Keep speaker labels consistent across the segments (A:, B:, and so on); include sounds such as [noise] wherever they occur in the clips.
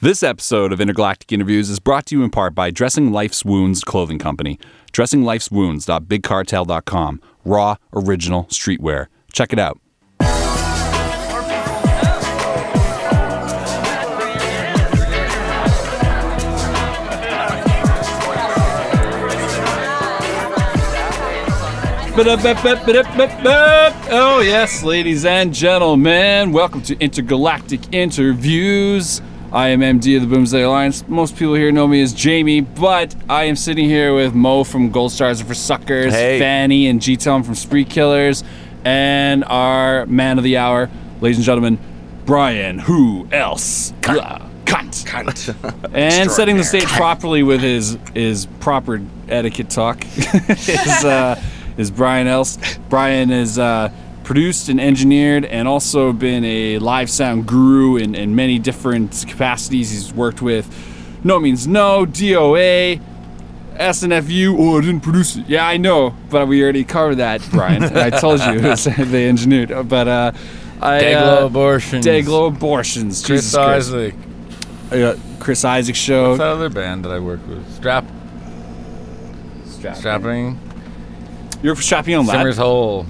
A: This episode of Intergalactic Interviews is brought to you in part by Dressing Life's Wounds Clothing Company. DressingLife'sWounds.BigCartel.com. Raw, original streetwear. Check it out. Oh, yes, ladies and gentlemen, welcome to Intergalactic Interviews. I am MD of the Boomsday Alliance. Most people here know me as Jamie, but I am sitting here with Mo from Gold Stars for Suckers,
B: Hey.
A: Fanny and G Town from Spree Killers, and our man of the hour, ladies and gentlemen, Brian, who else? Cunt. Cunt. And setting the stage properly with his his proper etiquette talk [laughs] is uh, is Brian Else. Brian is uh, produced and engineered, and also been a live sound guru in, in many different capacities. He's worked with No Means No, DOA, SNFU. Oh, I didn't produce it. Yeah, I know, but we already covered that, Brian. I told you [laughs] it was, they engineered. But uh, I
C: Daglo
A: uh,
C: abortions.
A: Daglo abortions. Jesus
C: Chris
A: Christ.
C: Isley.
A: Uh, Chris Isaac
C: What's
A: show.
C: that other band that I worked with? Strap, strapping.
A: You're shopping on
C: Simmer's
A: lad.
C: Hole.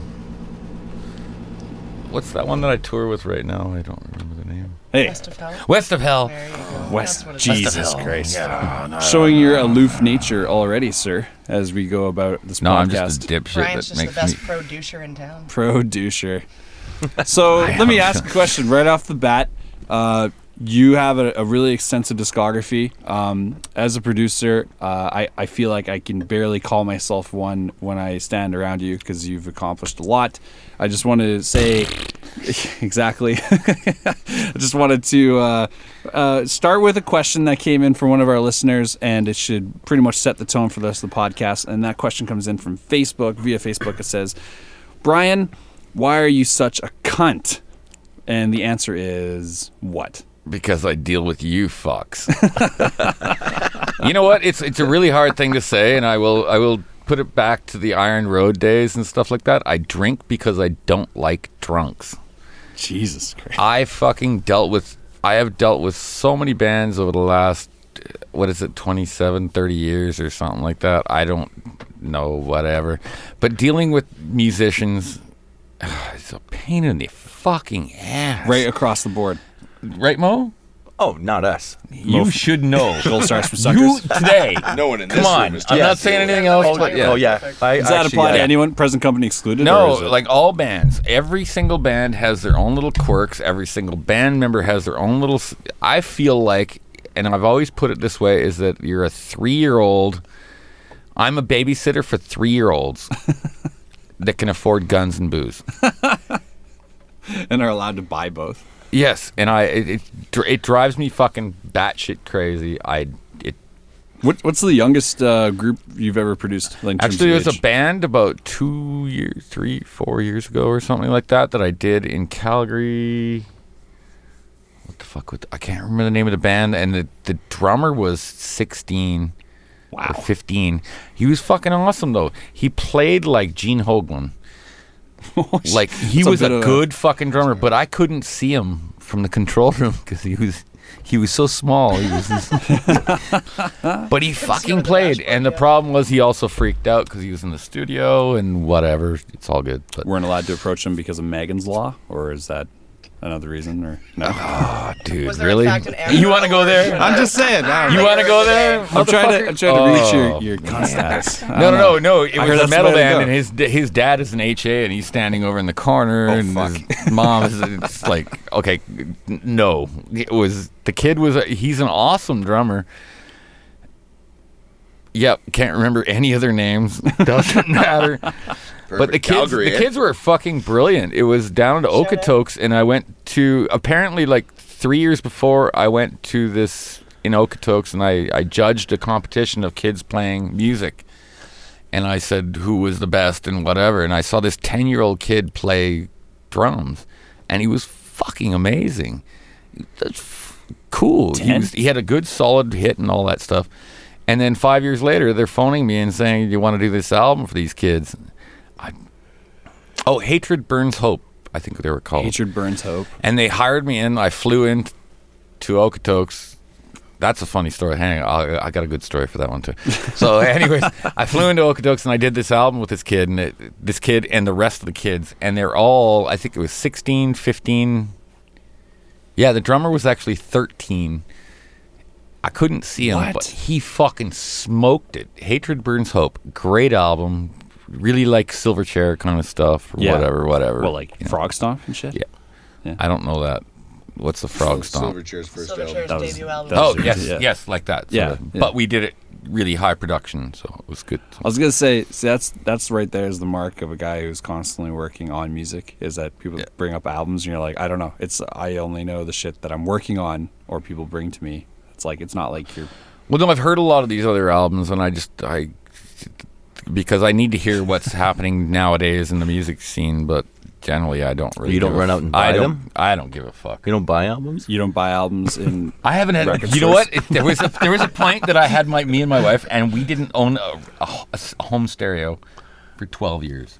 C: What's that one that I tour with right now? I don't remember the name.
A: Hey,
D: West of Hell.
C: West of Hell.
D: There you go.
A: West.
D: That's what it's-
A: Jesus Christ. Showing your aloof nature already, sir, as we go about this
C: No, I'm
A: podcast.
C: just a dipshit that
D: Brian's just the
C: makes
D: best
C: me.
D: producer in town.
A: Producer. So let me ask a question right off the bat. Uh, you have a, a really extensive discography. Um, as a producer, uh, I, I feel like I can barely call myself one when I stand around you because you've accomplished a lot. I just want to say [laughs] exactly. [laughs] I just wanted to uh, uh, start with a question that came in from one of our listeners, and it should pretty much set the tone for the rest of the podcast. And that question comes in from Facebook via Facebook. It says, Brian, why are you such a cunt? And the answer is what?
C: because I deal with you
D: [laughs]
C: fucks. you know what? It's it's a really hard thing to say, and I will I will put it back to the Iron Road days and stuff like that. I drink because I don't like drunks.
A: Jesus Christ.
C: I fucking dealt with I have dealt with so many bands over the last what is it 27 30 years or something like that. I don't know whatever. But dealing with musicians [sighs] it's a pain in the fucking ass.
A: Right across the board.
C: right Mo?
B: Oh, not us.
C: You should know.
A: [laughs] Gold stars for suckers.
C: you today.
E: No one in
C: Come
E: this
C: on.
E: room is.
C: I'm
B: Yeah.
C: not saying anything else but yeah.
B: Oh yeah. I,
A: Does that
B: actually,
A: apply
B: yeah.
A: to anyone? Present company excluded? or
C: No,
A: is it-
C: like all bands, every single band has their own little quirks. Every single band member has their own little. s- I feel like, and I've always put it this way, is that you're a three year old. I'm a babysitter for three year
A: [laughs]
C: olds that can afford guns and booze.
A: and are allowed to buy both.
C: Yes, and I it it, dr- it drives me fucking batshit crazy. I it
A: What, what's the youngest uh, group you've ever produced? Like, in terms
C: Actually,
A: of
C: there's
A: age?
C: a band about two years, three, four years ago or something like that that I did in Calgary. What the fuck? With, I can't remember the name of the band, and the, the drummer was 16 or 15. He was fucking awesome though. He played like
A: [laughs]
C: Gene Hoglan. Like he
A: That's a
C: was
A: bit
C: a
A: of a-
C: good fucking drummer, but I couldn't see him from the control room [laughs] because he was he was so small. He
A: [laughs]
C: was [laughs] but he fucking
D: under the
C: played,
D: dashboard,
C: and the
D: yeah.
C: problem was he also freaked out because he was in the studio and whatever. It's all good, but
A: weren't allowed to approach them because of Megan's Law, or is that another reason? Or no?
C: dude,
D: Was there in
C: really?
D: fact an animal
C: You want to go there?
D: or- I'm just
C: saying. You want to go there?
A: I'm trying to I'm trying to reach
C: Oh,
A: your your contacts.
C: [laughs]
A: I
C: No,
A: don't
C: no,
A: know.
C: no, no. It
A: I heard
C: was a
A: that's the
C: metal
A: way to
C: band,
A: go.
C: and his d- his dad is an HA, and he's standing over in the
A: Oh,
C: corner, and
A: [laughs]
C: his mom is it's like, okay, n- no. It was the kid was a, he's an awesome drummer. Yep, can't remember any other names. [laughs] Doesn't matter. But the
E: Perfect.
C: kids,
E: Calgary,
C: the
E: eh?
C: kids were fucking brilliant. It was down to
D: Shout out.
C: Okotoks, and I went to apparently like three years before I went to this in Okotoks, and I I judged a competition of kids playing music, and I said who was the best and whatever, and I saw this ten year old kid play drums, and he was fucking amazing. That's f- cool. He,
A: 10?
C: was, he had a good solid hit and all that stuff. And then five years later, they're phoning me and saying, "You want to do this album for these kids?" Oh, Hatred Burns Hope, I think they were called.
A: Hatred burns hope.
C: And they hired me in. I flew in t- to Okotoks That's a funny story. Hang on, I, I got a good story for
A: [laughs]
C: that one too. So, anyways, I flew into Okotoks and I did this album with this kid and it, this kid and the rest of the kids, and they're all I think it was 16, 15. Yeah, the drummer was actually 13. I couldn't see him,
A: What?
C: but he fucking smoked it. Hatred Burns Hope, great album. Really like Silverchair kind of stuff, or
A: Yeah.
C: whatever, whatever.
A: Well, like
C: you know.
A: frog stomp and shit.
C: Yeah. I don't know that. What's the frog stomp?
D: Silverchair's first
A: That
D: album.
A: was-
E: debut album.
A: that
C: Oh
A: was-
C: yes,
A: yeah.
C: yes, like that. sort
A: Yeah,
C: of.
A: yeah.
C: But we did it really high production, so it was good.
A: I was gonna say see, that's that's right there is the mark of a guy who's constantly working on music. Is that people bring up albums and you're like, I don't know. It's I only know the shit that I'm working on or people bring to me. It's like it's not like you're.
C: Well, no, I've heard a lot of these other albums, and I just I because I need to hear what's happening nowadays in the music scene, but generally I don't really.
B: You don't
C: give a
B: run
C: f-
B: out and
C: I
B: buy
C: don't-
B: them?
C: I don't give a fuck.
B: You don't buy albums?
A: You don't buy albums
C: [laughs]
A: in.
C: I haven't had.
A: Record
C: you know
A: stores.
C: what? It, there was a, there was a point that I had my me and my wife, and we didn't own a, a ho- a s- a home stereo for twelve years.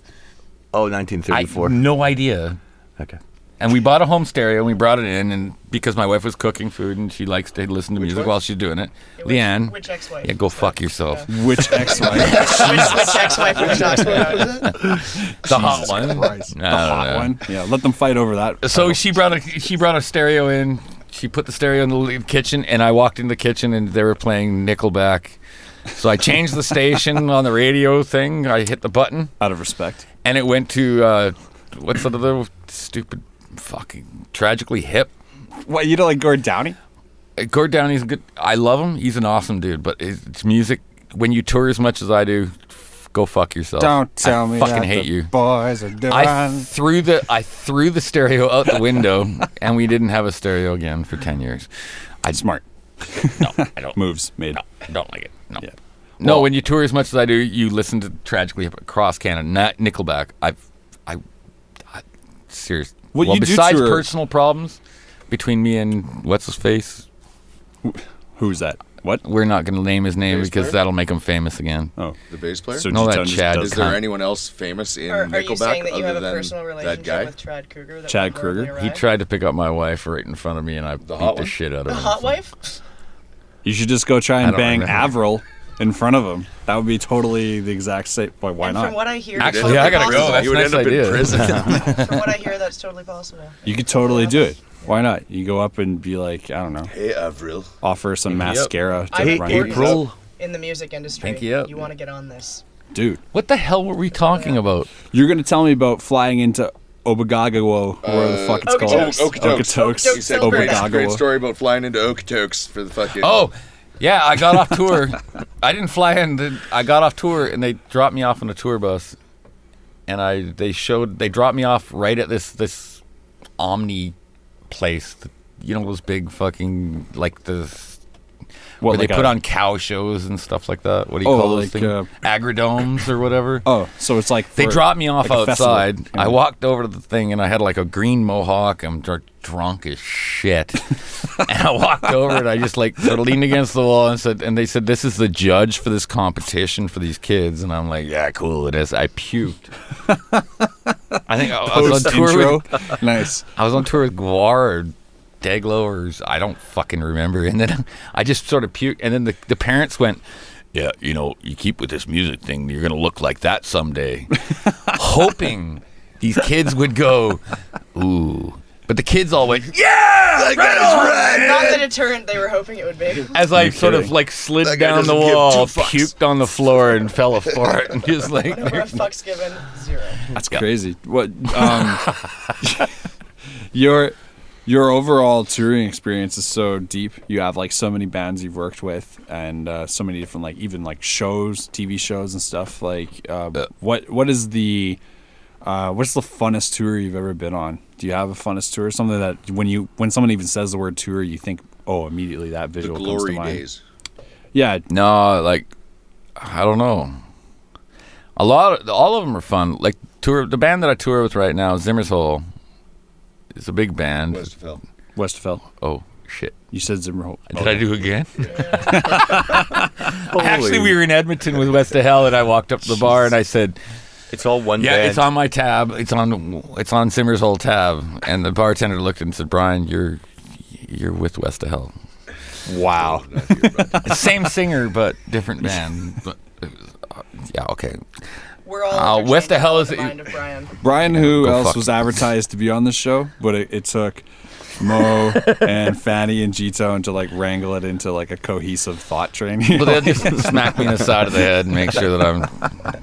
B: Oh,
C: I
B: 1934.
C: no idea
B: okay.
C: and we bought a home stereo and we brought it in and because my wife was cooking food and she likes to listen to music
D: wife?
C: while she's doing it.
E: Yeah, which-
C: Leanne,
E: which ex-wife?
C: yeah, go fuck yourself.
A: Which ex wife?
E: Which, which ex-wife was not
C: The hot one.
A: the
C: I don't
A: hot
C: know.
A: one. Yeah, let them fight over that.
C: So she brought a she brought a stereo in. She put the stereo in the li- kitchen and I walked in the kitchen and they were playing Nickelback. So I changed the station on the radio thing. I hit the button
A: out of respect.
C: and it went to uh, what's the other stupid fucking tragically hip
A: What you don't like Gord Downey?
C: Gord Downey's a good. I love him. He's an awesome dude. But his his music, when you tour as much as I do, f- go fuck yourself.
A: Don't tell
C: Oh, I
A: me.
C: Fucking
A: that
C: hate
A: the
C: you.
A: Boys are done.
C: I threw the I threw the stereo out the window, [laughs] and we didn't have a stereo again for ten years. I
A: Smart
C: no,
A: [laughs]
C: I don't.
A: moves made.
C: I don't like it. No.
A: Yeah.
C: No, when you tour as much as I do, you listen to tragically Hip- across Canada, not Nickelback. I've, I, I serious.
A: Well, you do
C: besides
A: tour-
C: personal problems between me and what's his face,
A: Who's that? What?
C: We're not going to name his name
D: Bass
C: because
D: player?
C: that'll make him famous again.
A: Oh,
D: The bass player?
A: so
C: No, that
A: G-Town just
C: Chad
A: does
D: Is
A: that.
D: there
C: Con-
D: anyone else famous in
E: Or are you saying
D: Nickelback
E: that you
D: other
E: have a
D: than
E: personal
D: that
E: relationship
D: guy?
E: with Chad Kruger? that
A: Chad
E: went horribly
A: Kruger?
E: awry?
C: He tried to pick up my wife right in front of me, and I beat
D: hot
C: the
D: one?
C: shit out of
E: The
C: him.
E: hot wife?
A: You should just go try and
C: don't
A: bang
C: remember.
A: Avril in front of him. That would be totally the exact same. Why? Why
E: and
A: not?
E: From what I hear,
C: Actually,
E: that's
C: I gotta
E: totally
C: go. That's
D: you
C: a
D: would
C: nice
D: end up
C: idea.
D: in [laughs] prison.
E: possible. From what I hear, that's totally possible.
A: you could totally do it. Why not? You go up and be like, I don't know,
D: hey, uh, Avril.
A: offer some mascara to
E: Hey,
A: Ryan.
E: April.
B: April.
E: In the music industry,
C: Thank you.
E: you want to get on this.
A: Dude,
C: What the hell were we talking about?
A: you're going to tell me about flying into Obagagawo, or whatever the fuck it's called.
E: Okotoks.
D: Okotoks.
A: Okotoks.
D: Oh, He said
E: Okotoks.
D: great, great
A: Obagagawo.
D: story about flying into Okotoks for the fucking.
C: Oh, yeah, I got off tour. I didn't fly in. the- I got off tour, and they dropped me off on a tour bus, and I they showed they dropped me off right at this this Omni place. that- you know those big fucking like the
A: What,
C: where
A: like
C: they
A: a-
C: put on cow shows and stuff like that. What do you
A: Oh,
C: call those
A: like,
C: things?
A: uh,
C: Agridomes or whatever.
A: [laughs] Oh, so it's like
C: They
A: for-
C: dropped me off
A: like a festival.
C: outside.
A: Yeah.
C: I walked over to the thing and I had like a green mohawk. I'm dr- drunk
A: [laughs]
C: as shit. and I walked over and I just like sort of leaned against the wall and said, and they said, this is the judge for this competition for these kids. And I'm like, yeah, cool, it is.
A: [laughs]
C: I puked. I think I, I was on
A: post
C: tour
A: intro. [laughs]
C: with,
A: nice.
C: I was on tour with Guar or Deglo or s- I don't fucking remember. And then [laughs] I just sort of puked. And then the, the parents went, Yeah, you know, you keep with this music thing, you're going to look like that someday.
D: [laughs]
C: Hoping these kids would go, Ooh. But the kids all went, Yeah!
D: that guy's right.
E: Not the deterrent they were hoping it would
D: [laughs]
E: be.
C: As I sort of like slid
D: That guy
C: down the
D: doesn't give two
C: wall,
D: fucks.
C: puked on the floor, and fell apart. And just like,
E: No more fucks given. Zero.
A: That's crazy. What um, [laughs] your your overall touring experience is so deep. You have like so many bands you've worked with, and uh, so many different like even like shows, TV shows and stuff. Like, um, what what is the uh, what's the funnest tour you've ever been on? Do you have a funnest tour? Something that when you when someone even says the word tour, you think, oh, immediately that
D: The
A: visual comes
D: glory
A: to mind.
D: days.
A: Yeah,
C: No, like I don't know. A lot, of, all of them are fun. Like tour, the band that I tour with right now, Zimmer's Hole, is a big band.
D: Westfeld.
A: Westfeld.
C: Oh shit!
A: You said Zimmerholt.
C: Did I do again? Actually, we were in Edmonton with West of Hell, and I walked up to the bar and I said,
B: It's all one
C: "Yeah,
B: band.
C: it's on my tab. It's on, it's on Zimmer's Hole tab." And the bartender looked and said, "Brian, you're, you're with West of Hell."
A: Wow.
D: Not here, bud.
C: [laughs] Same singer, but different band. But it was, uh, yeah, okay.
E: We're all.
C: Uh,
E: entertained
C: what the hell
E: by
C: is it-
E: mind of Brian?
A: Brian, who
C: go
A: else
C: fuck
A: was advertised to be on the show, but it, it took Mo and Fanny and Jito to like wrangle it into like a cohesive thought train.
C: Well, they'll just smack me in the side of the head and make sure that I'm.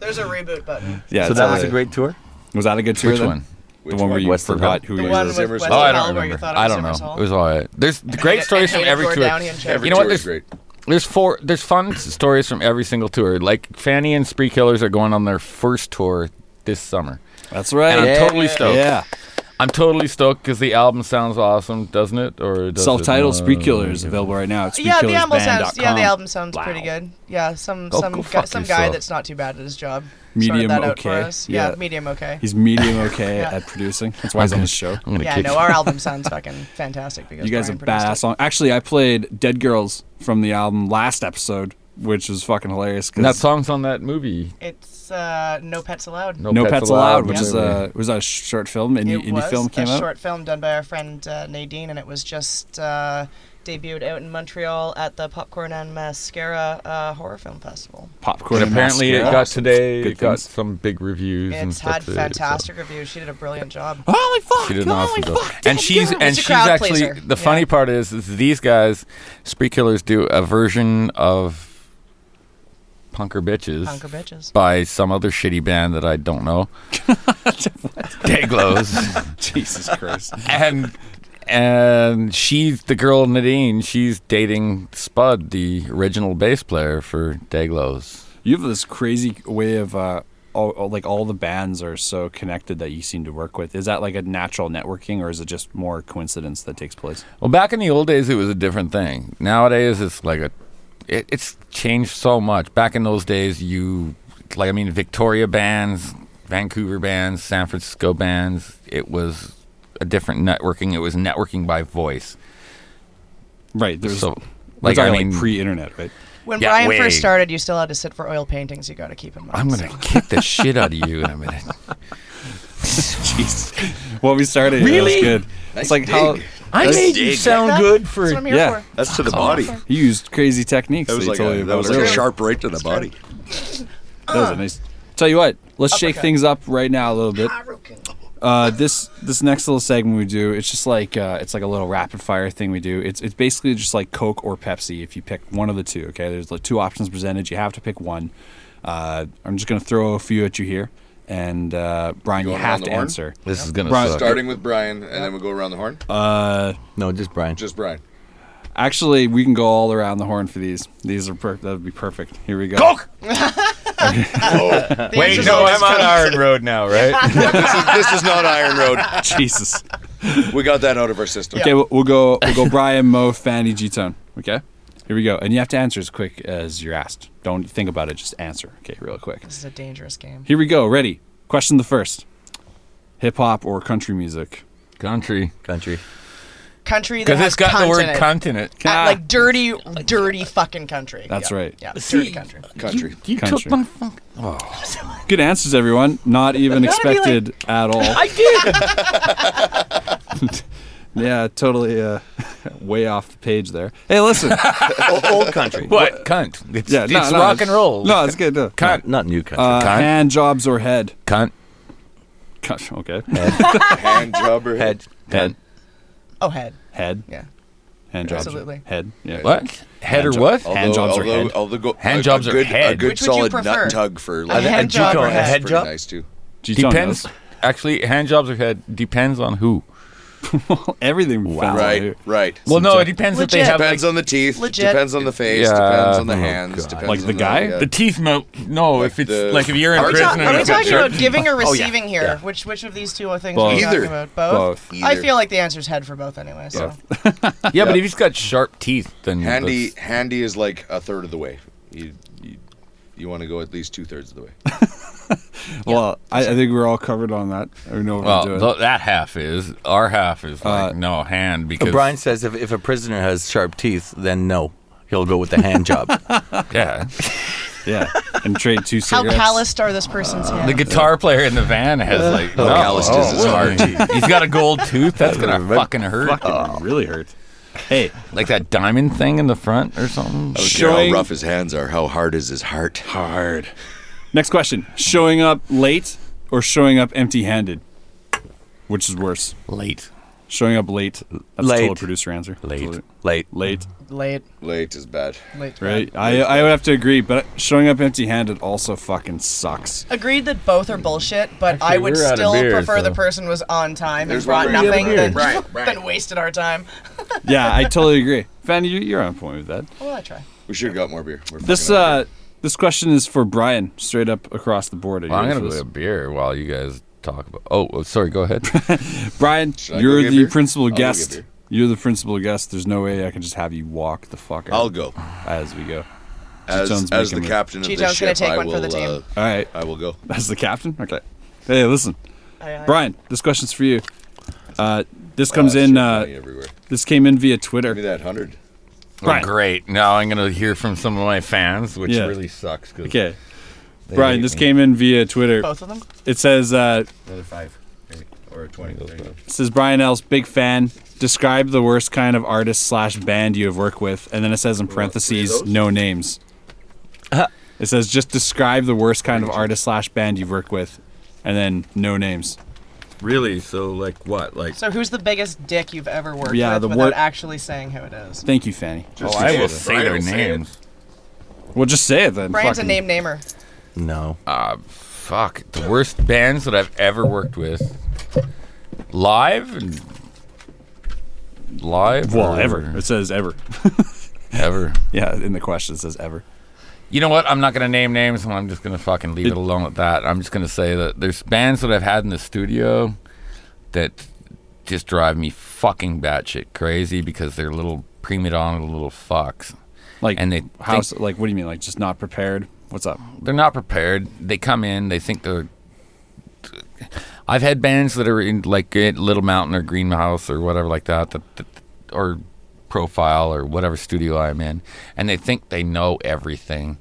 E: There's a reboot button.
A: yeah,
B: So
A: it's
B: that
A: all
B: was
C: Uh,
B: a
A: right.
B: great tour.
A: Was that a good tour?
C: Which
A: then?
C: one?
A: The
D: Which
A: one where
D: one?
A: you
B: What's the
A: forgot
B: one?
A: who
E: The
A: you
E: one
A: were.
E: with
D: Zimmer's-
E: Wesley
C: Oh, I
E: Hall
C: don't
E: where you
C: remember.
E: thought it
C: I
E: was
C: don't know.
E: Zimmer's
C: It
E: Hall.
C: was all right. There's great
E: And-
C: stories
E: and
C: from
E: it
C: every
E: tore
C: tour.
E: down and
D: Every
C: you know what?
D: tour is
C: There's,
D: great.
C: there's four. There's fun s- stories from every single tour. Like Fanny and Spree Killers are going on their first tour this summer,
A: That's
C: and
A: right.
C: I'm totally stoked.
A: Yeah.
C: I'm totally stoked because the album sounds awesome, doesn't it? Or does it
A: Self-titled
C: not?
A: Spree Killer is available right now. It's
E: Yeah, the album sounds. Yeah, the
A: SpreeKillersBand.com.
E: album sounds pretty
A: Wow.
E: good. Yeah, some
C: Go-
E: some
C: go
E: guy,
C: fuck
E: some guy
C: yourself.
E: that's not too bad at his job.
A: Medium
E: sorted that out
A: okay.
E: for us. Yeah,
A: Yeah.
E: medium okay.
A: He's medium okay
E: [laughs] Yeah.
A: at producing. That's why he's on the show.
C: I'm gonna
E: yeah,
C: kick
E: no, [laughs] our album sounds fucking fantastic because
A: You guys
E: Brian
A: are
E: produced it.
A: badass on. Actually, I played Dead Girls from the album last episode, which was fucking hilarious. 'cause
C: And that song's on that movie.
E: It's uh, No Pets Allowed.
A: No Pets, Allowed, which
C: movie.
A: is a was that a short film? Indie,
E: It
A: indie
E: was
A: film
E: a
A: came out.
E: short film done by our friend uh, Nadine, and it was just uh, debuted out in Montreal at the Popcorn and Mascara uh, Horror Film Festival.
A: popcorn.
C: And
A: and
C: apparently, it
A: mascara.
C: got today.
A: Good
C: It got
A: things.
C: some big reviews and
E: It's
C: stuff.
E: had
C: too, so-
E: fantastic reviews. She did a brilliant [gasps] job.
A: Holy fuck!
C: She did an
A: holy
C: awesome job.
A: fuck!
C: And she's and
E: It's a
C: she's
E: crowd
C: actually
E: pleaser.
C: the
E: Yeah.
C: funny part is, is these guys, spree killers, do a version of Punker Bitches
E: Punker bitches.
C: by some other shitty band that I don't
E: [laughs]
C: know. Daglows.
A: Jesus Christ.
C: and and she's the girl Nadine, she's dating Spud, the original bass player for Daglows.
A: You have this crazy way of uh, all, all- like all the bands are so connected that you seem to work with. Is that like a natural networking, or is it just more coincidence that takes place?
C: Well, back in the old days, it was a different thing. Nowadays, it's like a, it, it's changed so much. Back in those days, you, like, I mean, Victoria bands, Vancouver bands, San Francisco bands, it was a different networking. It was networking by voice.
A: Right. There's
C: So,
A: like,
C: like, I mean,
A: like pre-internet, right?
E: When
C: Yeah,
E: Brian
C: way.
E: first started, you still had to sit for oil paintings. You got to keep in mind.
C: I'm going to kick the shit out of you in a minute.
A: Jeez. well, we started. Really? was good. it's like how
D: dig.
C: [laughs] I
D: That's
C: made you
D: dig.
C: sound
E: That-
C: good
E: That's
C: for
E: what I'm here
A: yeah.
E: for.
D: That's to the body. That
A: you used crazy techniques.
D: was
A: you
D: like
C: Oh,
A: told
D: a,
A: me
D: that was
A: about
D: like a
A: earlier.
D: sharp right to the body.
A: That was a nice. Tell you what, let's shake
E: Uppercut.
A: things up right now a little bit.
E: Harukin.
A: Uh, this this next little segment we do, it's just like uh, it's like a little rapid fire thing we do. It's it's basically just like Coke or Pepsi. If you pick one of the two, okay, there's like two options presented. You have to pick one. Uh, I'm just gonna throw a few at you here, and uh, Brian, you,
D: You going
A: have
D: around
A: to
D: the horn?
A: answer.
C: This is going to
A: Brian,
C: suck.
D: Starting with Brian, and then we'll go around the horn.
C: Uh,
B: No, just Brian.
D: Just Brian.
A: Actually, we can go all around the horn for these. These are per- that would be perfect. Here we go.
C: Coke!
E: The answer's
C: no,
E: always
C: I'm on Iron Road now, right?
D: [laughs] this, is, this is not Iron Road.
A: [laughs] Jesus.
D: We got that out of our system.
A: Okay, we'll, we'll go. We'll go. Brian, Mo, Fanny, G Tone. Okay, here we go. And you have to answer as quick as you're asked. Don't think about it. Just answer. Okay, real quick.
E: This is a dangerous game.
A: Here we go. Ready? Question the first. Hip hop or country music?
C: Country.
B: Country.
E: Country that
C: Because
E: has
C: it's got
E: cunt
C: the word
E: in it.
C: cunt in it.
E: At,
C: [laughs]
E: like dirty, dirty fucking country.
A: That's
E: Yeah.
A: right.
E: Yeah, dirty [laughs] country.
D: Country.
C: You
A: Country.
C: took my fuck.
A: Good answers, everyone. Not even
E: Gotta be like-
A: expected at all. I did. yeah, totally. Uh, [laughs] way off the page there. Hey, listen.
C: Oh,
B: Old, [laughs] old country.
C: What? Cunt. It's,
A: Yeah, no,
C: it's
A: no,
C: rock
A: it's-
C: and roll.
A: No, it's good. No.
C: Cunt.
B: Not new country.
A: Uh,
C: Cunt.
A: Hand jobs or head?
C: Cunt.
A: Cunt, Okay.
D: Hand job or head.
B: Head.
A: Head.
E: [laughs] Oh, head.
A: Head.
E: Yeah.
A: Hand jobs.
E: Absolutely.
A: Head. Yeah.
C: What? Head or
A: job.
C: what?
A: Hand jobs or
D: although,
A: head?
D: although go,
C: Hand
D: a,
C: jobs
D: a
C: or
D: good, A
C: head?
D: good
E: Which would you
D: solid
E: prefer?
D: nut tug for
E: A
D: like
E: hand
D: that's
E: job or
D: pretty
E: head?
B: Head job?
D: Nice too.
A: G-Tone
C: Depends.
A: knows.
C: Actually, hand jobs or head depends on who.
A: [laughs] Everything. foul here.
D: Right. Right.
C: Well, no, it depends if they
E: Legit.
C: have
D: Depends
C: like,
D: on the teeth.
E: Legit.
D: Depends on the face.
C: Yeah.
D: Depends on the
C: Oh,
D: hands.
C: God.
D: Depends
A: Like
D: on
A: the guy?
D: yeah.
C: the teeth melt. No, if it's
D: the-
C: like if you're in
D: Are we
C: prison.
D: talking-
C: and
E: Are we
C: it's a
E: talking
C: shirt-
E: about giving or
B: Oh, yeah.
E: receiving here?
B: Yeah.
E: Which which of these two things
A: Both.
E: are we
D: Either.
E: talking about? Both.
A: Both.
E: I
D: Either.
E: feel like the answer's head for both anyway. So
C: Yeah, but if he's got sharp teeth, then
D: Handy.
C: that's-
D: Handy is like a third of the way. You you, you want to go at least two thirds of the way.
A: Well, I, I think we're all covered on that. We know what
C: Well,
A: we're doing.
C: th- that half is our half is like no hand because
B: Brian says if, if a prisoner has sharp teeth, then no. He'll go with the
C: [laughs]
B: hand job.
C: [laughs] yeah.
A: yeah, and trade two
E: [laughs] how
A: cigarettes.
E: calloused are this person's hands?
C: The guitar player in the van has like [laughs] no,
D: calloused is his
C: well,
D: hard
C: He's got a gold tooth. That's gonna fucking hurt.
E: Oh.
A: Fucking really hurt. Hey,
C: Like that diamond thing in the front or something.
D: I don't care
A: Showing-
D: how rough his hands are, how hard is his heart? Hard.
A: next question: showing up late or showing up empty-handed, which is worse?
C: Late.
A: Showing up late. That's a total
B: Late.
A: producer answer.
B: Late.
A: Totally.
B: Late.
A: Late.
E: Late,
D: Late is bad.
E: late.
A: Right. I I would have to agree, but showing up empty-handed also fucking sucks.
E: Agreed that both are bullshit, but I would
C: we're out of
E: still
C: beer,
E: prefer
C: so-
E: the person was on time
D: There's
E: and brought
D: one right
E: nothing
D: here.
E: than, [laughs]
D: Right, right.
E: than wasted our time.
A: Yeah, I totally agree. [laughs] Fanny, you, you're on point with that.
E: Well, I try.
D: We should have got more beer. We're
A: This
D: fucking out of
A: uh, this question is for Brian, straight up across the board. Are you
C: Well, I'm
A: ready
C: gonna
A: for
C: get
A: this?
C: a beer while you guys talk about. Oh, well, sorry. Go ahead.
A: Brian,
D: Should I go
A: you're
D: get a
A: the
D: beer?
A: principal
D: I'll go get a
A: guest.
D: beer.
A: You're the principal guest. There's no way I can just have you walk the fuck
D: beer. I'll
A: out
D: go
A: as we go. Cheetone's
D: as, as the
A: uh, making me-
D: captain of
E: Cheetone's
D: this
E: gonna
D: ship.
E: take
D: I
E: one
D: will.
E: for the team.
A: All right,
D: Uh, I will go.
A: that's the captain. Okay. Hey, listen,
E: I, I,
A: Brian. This question's for you. Uh, this comes
D: Ah,
A: in.
D: shit, money
A: Uh,
D: everywhere.
A: this came in via
D: Give me
A: Twitter.
D: that hundred.
A: Brian.
C: Oh, great. Now I'm gonna hear from some of my fans, which
A: Yeah.
C: really sucks. 'cause
A: Okay,
C: they
A: Brian.
C: hate
A: This
C: me.
A: came in via Twitter.
E: Both of them?
A: It says uh,
B: Another five. Or 20.
A: It says Brian L's big fan. Describe the worst kind of artist slash band you have worked with, and then it says in parentheses no names.
C: Uh-huh.
A: It says just describe the worst kind of artist slash band you've worked with, and then no names.
C: Really? So like what? Like
E: So who's the biggest dick you've ever worked
A: Yeah,
E: with
A: the
E: without
A: wor-
E: actually saying who it is?
A: Thank you, Fanny.
C: oh,
D: in
C: I will
D: case.
C: say their
D: Brian will say it.
C: names.
A: Well, just say it then.
E: Brian's a
A: fucking-
E: name namer.
B: [laughs] No.
C: Uh, fuck. The worst bands that I've ever worked with, live and live.
A: Well,
C: or
A: ever. It says ever. [laughs]
C: ever.
A: Yeah, in the question it says ever.
C: You know what? I'm not gonna name names, and I'm just gonna fucking leave it, alone at that. I'm just gonna say that there's bands that I've had in the studio that just drive me fucking batshit crazy because they're little prima donna little fucks.
A: Like
C: And they
A: how?
C: think-
A: so- Like what do you mean? Like just not prepared? What's up?
C: they're not prepared. They come in, they think they're. I've had bands that are in like in Little Mountain or Greenhouse or whatever like that, that, that or Profile or whatever studio I'm in, and they think they know everything.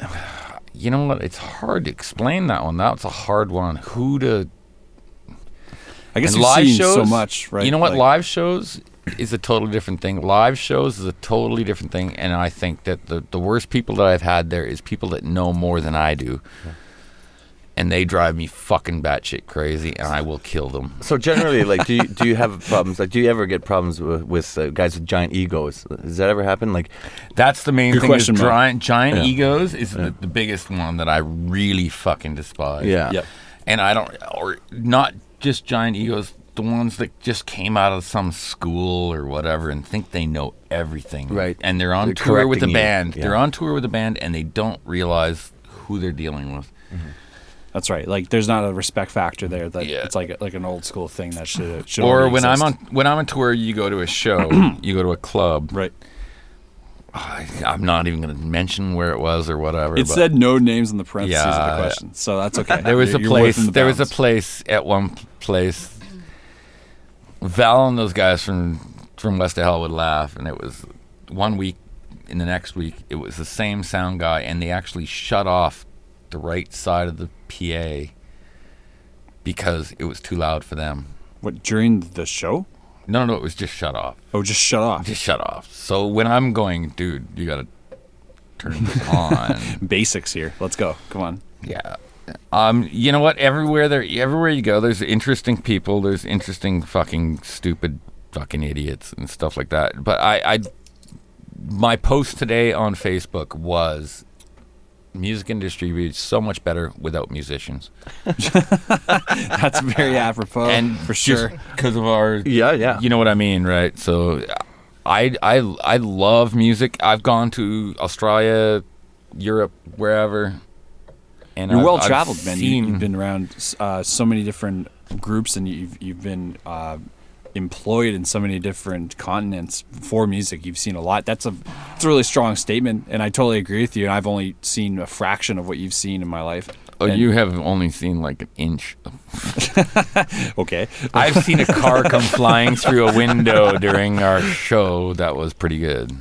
C: [sighs] You know what? It's hard to explain that one. That's a hard one. Who to
A: I guess
C: and
A: you've
C: live
A: seen
C: shows
A: so much, right?
C: You know what?
A: Like-
C: live shows is a totally different thing. Live shows is a totally different thing, and I think that the the worst people that I've had there is people that know more than I do, and they drive me fucking batshit crazy, and I will kill them.
B: So generally, like, do you, do you have problems? Like, do you ever get problems with, with uh, guys with giant egos? Has that ever happened? Like,
C: That's the main
A: Good
C: thing.
A: question,
C: is
A: Mark.
C: giant giant
B: Yeah.
C: egos is the, the biggest one that I really fucking despise.
B: yeah,
A: Yep.
C: and I don't, or not just giant egos, the ones that just came out of some school or whatever and think they know everything.
B: Right.
C: And they're on
B: They're
C: tour with the
B: correcting you.
C: band.
B: Yeah.
C: They're on tour with the band and they don't realize who they're dealing with.
A: That's right. Like, there's not a respect factor there. That
C: Yeah.
A: it's like like an old school thing that should. should
C: Or
A: already
C: when I'm on
A: exist.
C: when I'm on tour, you go to a show,
B: [clears throat]
C: you go to a club.
A: Right.
C: I, I'm not even going to mention where it was or whatever.
A: It
C: but-
A: said no names in the parentheses of
C: Yeah.
A: the question, so that's okay.
C: There was
A: You're-
C: a
A: you're
C: place.
A: within the
C: there was a
A: bounds.
C: place at one p- place. Val and those guys from from West of Hell would laugh, and it was one week. In the next week, it was the same sound guy, and they actually shut off the right side of the PA because it was too loud for them.
A: What during the show?
C: No, no, no, it was just shut off.
A: Oh, just shut off.
C: Just shut off. So when I'm going, dude, you gotta turn this on.
A: [laughs] Basics here. Let's go. Come
C: [laughs]
A: on.
C: Yeah. Um, you know what? Everywhere there, everywhere you go, there's interesting people. There's interesting fucking stupid fucking idiots and stuff like that. But I, I, my post today on Facebook was, music industry would be so much better without musicians.
A: Oh, That's very apropos.
C: and
A: for sure.
C: because of our
B: yeah, yeah.
C: you know what I mean, right? So, I I I love music. I've gone to Australia, Europe, wherever. And
A: You're
C: I've-
A: well
C: I've
A: traveled, man. You,
C: seen-
A: you've been around uh, so many different groups, and you've you've been uh, employed in so many different continents for music. You've seen a lot. That's a it's a really strong statement, and I totally agree with you. And I've only seen a fraction of what you've seen in my life.
C: Oh,
A: And-
C: you have only seen like an inch. of- [laughs]
A: okay?
C: I've seen a car come flying through a [laughs] window during our show. That was pretty good.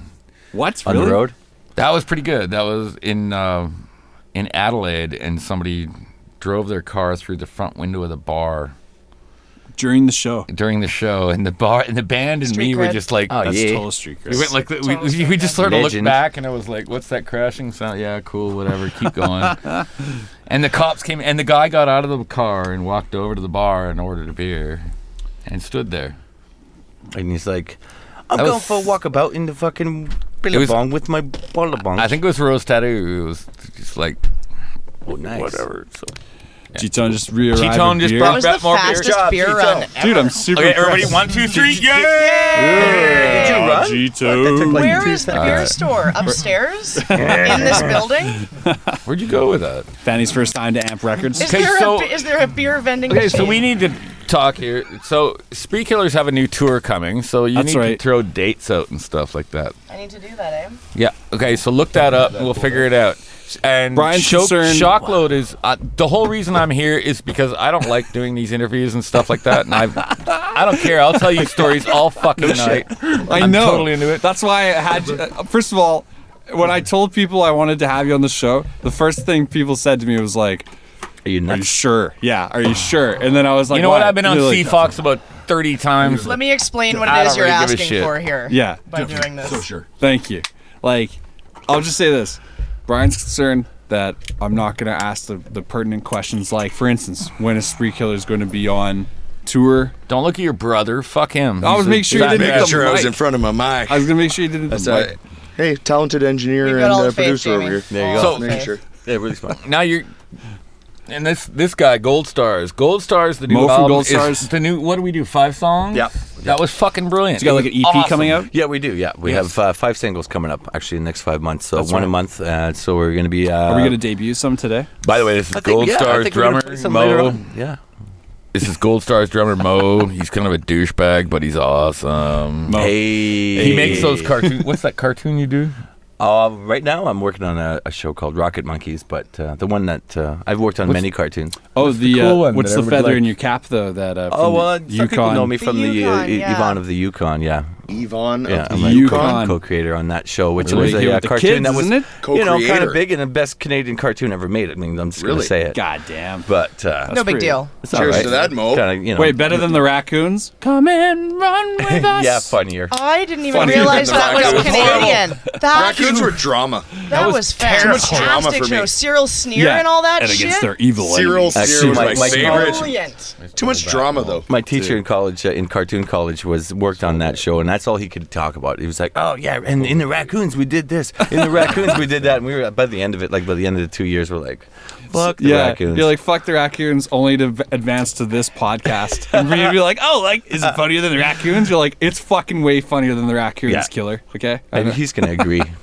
A: What
B: on the
A: Really?
B: road.
C: That was pretty good. That was in uh, in Adelaide, and somebody drove their car through the front window of the bar.
A: during the show.
C: during the show, and the bar and the band and
E: Street
C: me were
E: cred.
C: just like.
B: Oh,
A: That's
B: yeah.
A: total street, Chris.
C: we went like we,
E: Totally
C: we just sort of looked
B: Legend.
C: back, and I was like, "What's that crashing sound?" Yeah, cool, whatever. Keep [laughs] going. and the cops came, and the guy got out of the car and walked over to the bar and ordered a beer, and stood there.
B: And he's like, I'm
C: That
B: going
C: was-
B: for a walkabout in the fucking
C: was-
B: billabong with my billabong.
C: I think it was Rose Tattoo. It was just like
B: Oh, nice.
C: whatever. So.
A: G-Tone just re-arrived
C: G-Tone
A: with
C: just Oh,
A: beer.
E: That
C: brought-
E: was
C: Brett
E: the
C: Moore beer.
E: fastest
B: Good job,
E: beer
B: Tito.
E: run ever.
A: Dude, I'm super
C: Okay, everybody,
A: impressed.
C: one, two, three, yeah!
B: Did you run?
A: G-Tone.
B: That took, like,
E: Where
B: two
E: is the
B: seconds.
E: beer store?
C: [laughs]
E: Upstairs? In this building?
C: Where'd you go with that?
A: Fanny's first time to Amp Records.
E: Is
C: Okay,
E: there,
C: so-
E: a, be- is there a beer vending
C: Okay,
E: machine?
C: so we need to talk here. So, Spree Killers have a new tour coming, so you
A: That's
C: need
A: right.
C: to throw dates out and stuff like that.
E: I need to do that, eh?
C: Yeah. Okay, so look that up and we'll figure it out. And
A: Brian's
C: shock,
A: concerned-
C: Shockload is uh, the whole reason I'm here is because I don't like doing these interviews and stuff like that. And I, I don't care. I'll tell you stories all fucking night.
A: I
C: I'm
A: know.
C: totally into it.
A: That's why I had. you- uh, First of all, when I told people I wanted to have you on the show, the first thing people said to me was like,
B: Are you
A: "Are you
B: nuts?
A: sure? Yeah, are you sure?" And then I was like,
C: You know what?
A: "Why?"
C: I've been on
A: And they're
C: Sea
A: like,
C: Fox about 30 times.
E: Let me explain what
C: I
E: it is
C: don't
E: you're
C: really give a
E: asking
C: shit.
E: for here.
A: Yeah.
E: By doing this.
A: "Oh, Thank you. Like, I'll just say this: Brian's concerned that I'm not going to ask the, the pertinent questions. Like, for instance, when is Spree Killers going to be on tour?
C: Don't look at your brother. Fuck him.
A: I was
C: He's a
A: making sure you
C: fat
A: didn't
C: bastard.
D: Making sure I was
A: mic.
D: in front of my mic.
A: I was going to make sure you didn't.
D: That's all right.
F: Hey, talented engineer
E: You've
F: and
E: got all
F: uh,
E: the faith,
F: producer
E: Jamie.
F: over here.
B: There you
E: All
B: go.
E: the
B: Making
E: faith.
B: sure. Yeah, really smart.
C: now you're and this this guy gold stars gold stars the new
A: Mo from
C: album
A: Gold
C: is
A: Stars.
C: the new what do we do five songs
B: Yep.
C: that was fucking brilliant
A: You got like an EP coming out.
B: [laughs] Yeah, we do. Yeah, we have uh, five singles coming up actually in the next five months. So one a
A: right.
B: month. Uh, so we're gonna be. Uh,
A: Are we going to debut some today?
C: by the way this is
B: I think-
C: gold
B: yeah, I
C: stars
B: think we're gonna
C: drummer
B: play some later
C: Mo
B: on. Yeah.
C: this is gold stars drummer
B: [laughs]
C: Mo he's kind of a douchebag but he's awesome
A: Mo.
B: Hey.
C: he makes those cartoon what's that cartoon you do
B: Uh, right now, I'm working on a, a show called Rocket Monkeys, but uh, the one that uh, I've worked on many cartoons.
A: Oh, the,
C: cool
A: uh,
C: one
A: what's
C: that
A: the
C: everybody
A: feather in
C: likes?
A: your cap though? That uh,
B: Oh
A: from the
B: well, some people
A: Yukon-
B: know me
E: The
B: from the, uh,
E: Yukon,
B: I-
E: yeah.
B: Yvonne of the Yukon. Yeah,
F: Yvon
B: yeah,
F: of the
B: I'm
A: the
B: a
A: Yukon.
B: co-creator on that show, which
A: Really?
B: was
A: Here
B: a uh,
A: with the
B: cartoon
A: kids,
B: that was
A: isn't it?
B: you know kind
D: Co-creator.
B: of big and the best Canadian cartoon ever made. I mean, I'm just gonna
D: Really?
B: say it.
A: God damn.
B: But um, uh,
E: No big
A: pretty-
E: deal.
B: it's all
D: Cheers
B: right.
D: to that, Mo.
B: Kinda, you know,
A: Wait, better
B: [laughs]
A: than the raccoons? Come and run with us.
B: yeah, funnier.
E: I didn't even
D: Funny
E: realize
D: than the
E: that was
D: raccoons.
E: Canadian. That,
D: Raccoons were drama.
E: that was
D: Drama for
E: fantastic
D: me.
E: show. Cyril Sneer
A: Yeah.
E: and all that
A: and
E: shit.
A: against their evil
D: Cyril
A: enemies.
D: Sear was
B: my-
D: my,
B: my-
D: favorite.
E: Brilliant.
D: Too much drama though.
B: My teacher in college, uh, in cartoon college, was worked on that show, and that's all he could talk about. He was like, "Oh yeah, and in the raccoons we did this, in the raccoons we did that." And we were by the end of it, like by the end of the two years, we're like, "Fuck the
A: yeah,
B: raccoons."
A: you're like fuck the raccoons, only to v- advance to this podcast, and you'd be like, oh, like
B: [laughs]
A: is it funnier than the raccoons? You're like, it's fucking way funnier than the raccoons,
B: Yeah.
A: killer. Okay, I
B: and
A: know.
B: he's gonna agree.
A: [laughs]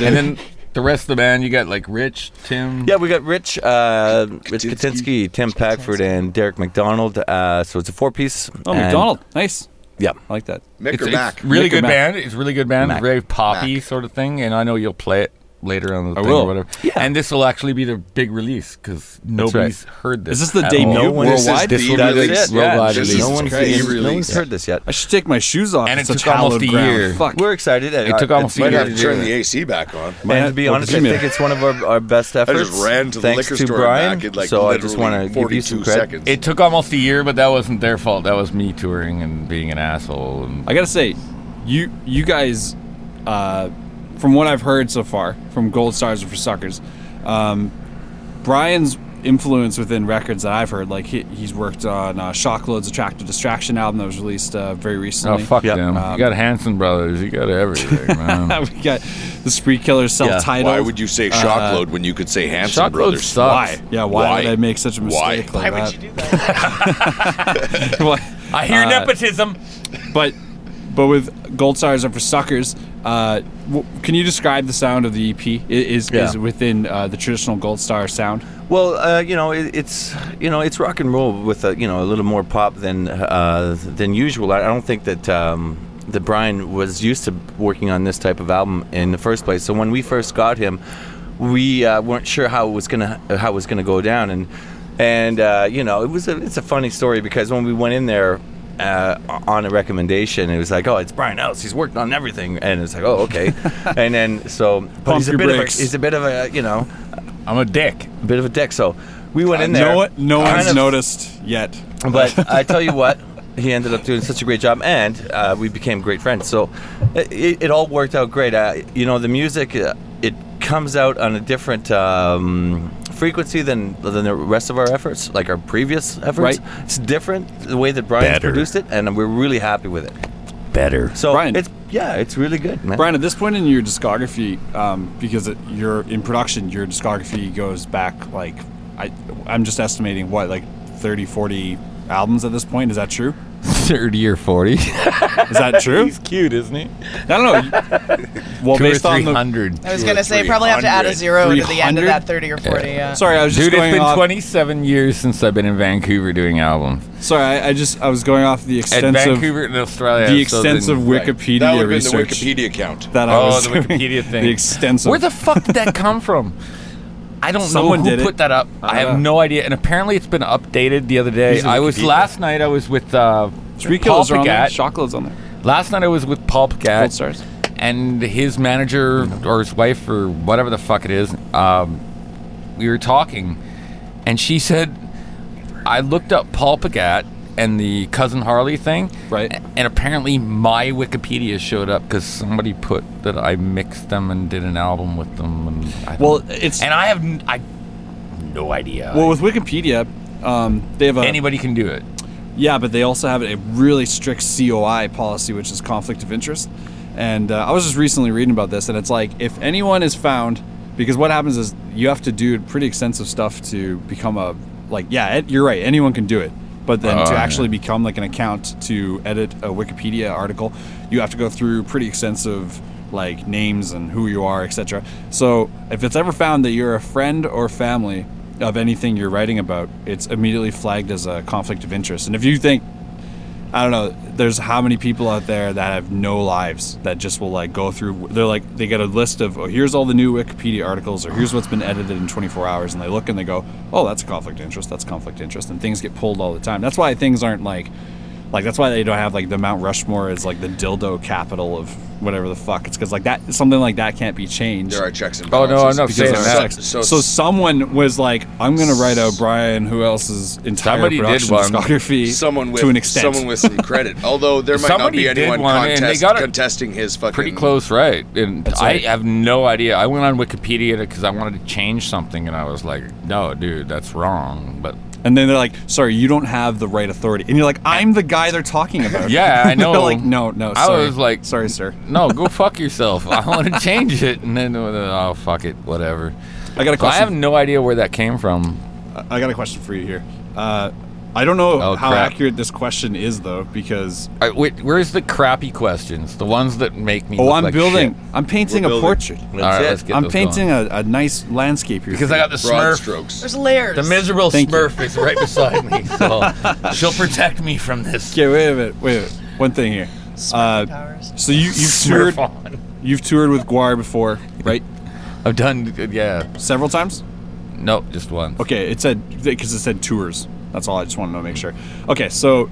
C: and then the rest of the band you got like Rich Tim
B: yeah, we got Rich, uh, Rich Katinsky, Tim Packford, and Derek McDonald. Uh, so it's a four-piece.
A: oh,
B: and-
A: McDonald, nice.
B: Yeah,
A: I like that.
D: Mick
C: it's,
D: or
C: it's
D: Mac.
A: Mick
C: really
A: or
C: good
A: Mac?
C: band it's really good band
B: Mac.
C: very poppy sort of thing and I know you'll play it later on the thing
A: will.
C: or whatever and this will actually be the big release because nobody's heard this
A: Is this the
C: at
A: debut?
C: all.
A: No one- This
D: is
A: worldwide?
D: the
B: This will be
D: release.
B: Oh, it.
D: Yeah,
C: Worldwide
D: this
C: release.
D: is
B: no one's,
D: the
B: no
D: release.
B: one's heard this yet.
A: I should take my shoes off.
C: And
A: it's
C: it
A: such
C: took
A: hallowed
C: almost a
A: ground.
C: year.
A: Fuck.
B: We're excited. It
C: took almost
D: Might
C: Yeah,
D: have to
C: yeah.
D: turn the AC back on.
A: Yeah,
B: And to be
A: what
B: honest,
A: did
B: I
A: you
B: think
A: mean?
B: it's one of our, our best efforts.
D: ran to the
B: thanks
D: liquor
B: to
D: store and
B: Brian.
D: back in, like,
B: so I just
D: literally
B: want to give you some
D: 42
B: credit.
D: seconds.
C: It took almost a year, but that wasn't their fault. That was me touring and being an asshole. And
A: I gotta say, you you guys, uh, from what I've heard so far, from Gold Stars for Suckers, um, Brian's influence within records that I've heard, like he, he's worked on uh, Shockload's Attractive Distraction album that was released uh, very
C: oh
A: recently.
C: fuck
B: Yeah.
C: them!
A: Um,
C: you got Hanson Brothers. You got everything, [laughs] man.
A: [laughs] we got the Spree Killers self-titled.
D: Why would you say Shockload when you could say Hanson
C: Shockload
D: Brothers?
C: sucks.
A: Why? Yeah, why,
D: Why?
A: did I make such a mistake
D: Why?
A: like
E: Why would
A: that?
E: you do that?
A: [laughs] Why-
C: I hear nepotism.
A: but but with gold stars are for suckers uh, w- can you describe the sound of the ep I- is,
B: Yeah.
A: is it within uh, the traditional gold star sound
B: Well, uh, you know, it, it's you know, it's rock and roll with a you know a little more pop than uh, than usual. I, I don't think that um, that Brian was used to working on this type of album in the first place. So when we first got him, we uh, weren't sure how it was gonna how it was gonna go down, and and uh, you know, it was a, it's a funny story because when we went in there. Uh, on a recommendation, it was like, "Oh, it's Brian Ellis. He's worked on everything," and it's like, "Oh,
A: [laughs]
B: okay." and then so, but
A: Pump
B: he's a
A: your
B: bit of a,
A: brakes.
B: he's a bit of a, you know,
C: I'm a dick.
B: bit of a dick. So we went in
A: Uh,
B: there.
A: No, one- no
B: kind
A: one's
B: of-
A: noticed yet.
B: But I tell you what, he ended up doing such a great job, and uh, we became great friends. So it, it, it all worked out great. Uh, you know, the music uh, it comes out on a different um, frequency than than the rest of our efforts, like our previous efforts.
A: Right.
B: It's different the way that Brian
G: Better.
B: produced it, and we're really happy with it.
G: Better.
C: [laughs]
B: So
A: Brian.
B: it's yeah, it's really good, man.
A: Brian, at this point in your discography, um, because it, you're in production, your discography goes back like I, I'm just estimating what like 30, 40 albums at this point. Is that true?
C: Thirty or [laughs] forty.
A: Is that
B: [laughs]
A: true?
C: cute, isn't he?
A: I don't know. Well,
C: Two or
A: based on
C: three
A: the
C: hundred.
E: I was gonna say probably have to add a zero to the end of
A: 300?
E: that thirty or forty. Yeah.
A: sorry, I was just
C: Dude,
A: going
C: it's been
A: off.
C: 27 years since I've been in Vancouver doing albums.
A: Sorry, I, I just I was going off the
C: At
A: extensive
C: Vancouver in Australia.
A: the
C: so
A: extensive
C: then, like-
A: Wikipedia
D: That would have been the
A: research
D: Wikipedia count.
A: that I
C: [laughs] Oh,
A: was
C: the
A: doing.
C: Wikipedia
A: [laughs]
C: thing.
A: The extensive.
C: Where the fuck did
A: [laughs]
C: that come from? I don't
A: Someone
C: know who
A: did it.
C: put that up.
A: I
C: I,
A: don't
C: have
A: know.
C: no idea. And apparently, it's been updated the other day.
B: He's a
C: I was
B: Wikipedia.
C: last night. I was with uh,
A: Three
C: Paul
A: killers are on there.
C: Pagat.
A: Shock loads on there.
C: Last night I was with Paul Pagat.
A: Gold stars.
C: and his manager or his wife or whatever the fuck it is, um, we were talking, and she said, "I looked up Paul Pagat and the cousin Harley thing,
A: Right.
C: a- And apparently my Wikipedia showed up because somebody put that I mixed them and did an album with them, and I don't-
A: Well, it's
C: and I have n- I no idea.
A: well with Wikipedia. Um, they have a
C: Anybody can do it.
A: Yeah, but they also have a really strict COI policy, which is conflict of interest. And uh, I was just recently reading about this, and it's like if anyone is found, because what happens is you have to do pretty extensive stuff to become a like. Yeah, it, you're right. Anyone can do it, but then
C: Oh,
A: to
C: yeah.
A: actually become like an account to edit a Wikipedia article, you have to go through pretty extensive like names and who you are, etc. So if it's ever found that you're a friend or family of anything you're writing about, it's immediately flagged as a conflict of interest. And if you think I don't know. There's how many people out there that have no lives that just will like go through. They're like they get a list of oh here's all the new Wikipedia articles or here's what's been edited in 24 hours and they look and they go oh that's a conflict of interest that's a conflict of interest and things get pulled all the time. That's why things aren't like like that's why they don't have like the Mount Rushmore is like the dildo capital of whatever the fuck. It's because like that something like that can't be changed.
D: There are checks and
C: Oh, no,
D: balances.
C: I'm not
D: because
C: saying
D: of
C: that.
D: sex.
A: So,
D: So,
A: someone was like, "I'm gonna write out Brian who else's entire
C: Somebody did
A: production
C: one.
A: discography
D: someone with
A: to an extent."
D: someone with some
A: [laughs]
D: credit. Although there might not
C: Somebody
D: be
C: did
D: anyone
C: one, and they
D: contest,
C: got it
D: contesting his fucking.
C: Pretty close, right? And
A: That's
C: I
A: right.
C: have no idea. I went on Wikipedia because I wanted to change something, and I was like, "No, dude, that's wrong." But
A: And then they're like, "Sorry, you don't have the right authority." And you're like, "I'm the guy they're talking about."
C: [laughs] Yeah, I
A: [laughs]
C: know.
A: They're like, "No, no,
C: I
A: sorry."
C: was like-
A: "Sorry, sir." [laughs]
C: No, go fuck yourself. I want to change it, and then uh, oh fuck it, whatever.
A: I got a
C: So I have
A: question.
C: no idea where that came from.
A: I got a question for you here. Uh, I don't know
C: Oh,
A: how
C: crap.
A: accurate this question is though, because
C: I, wait, where's the crappy questions? The ones that make me.
A: oh,
C: look
A: I'm
C: like
A: building,
C: shit.
A: I'm painting a
B: We're building.
A: portrait.
B: That's
C: All right,
B: it.
C: let's get
A: I'm
C: those
A: painting
C: going.
A: a, a nice landscape here
C: because
A: for
C: I got the
D: broad
C: Smurf.
D: strokes.
E: There's layers.
C: The miserable
A: Thank you.
C: Smurf is right beside
A: [laughs]
C: me, so she'll protect me from this.
A: you. Okay, wait a minute, wait a minute. One thing here.
E: Smurfy
A: Uh,
E: powers.
A: So you you've
C: Smurf
A: toured
C: on.
A: you've toured with Guar before, right?
C: I've done good. Yeah.
A: Several times.
C: No, just one.
A: Okay, it said because it said tours. That's all. I just wanted to make sure. Okay, so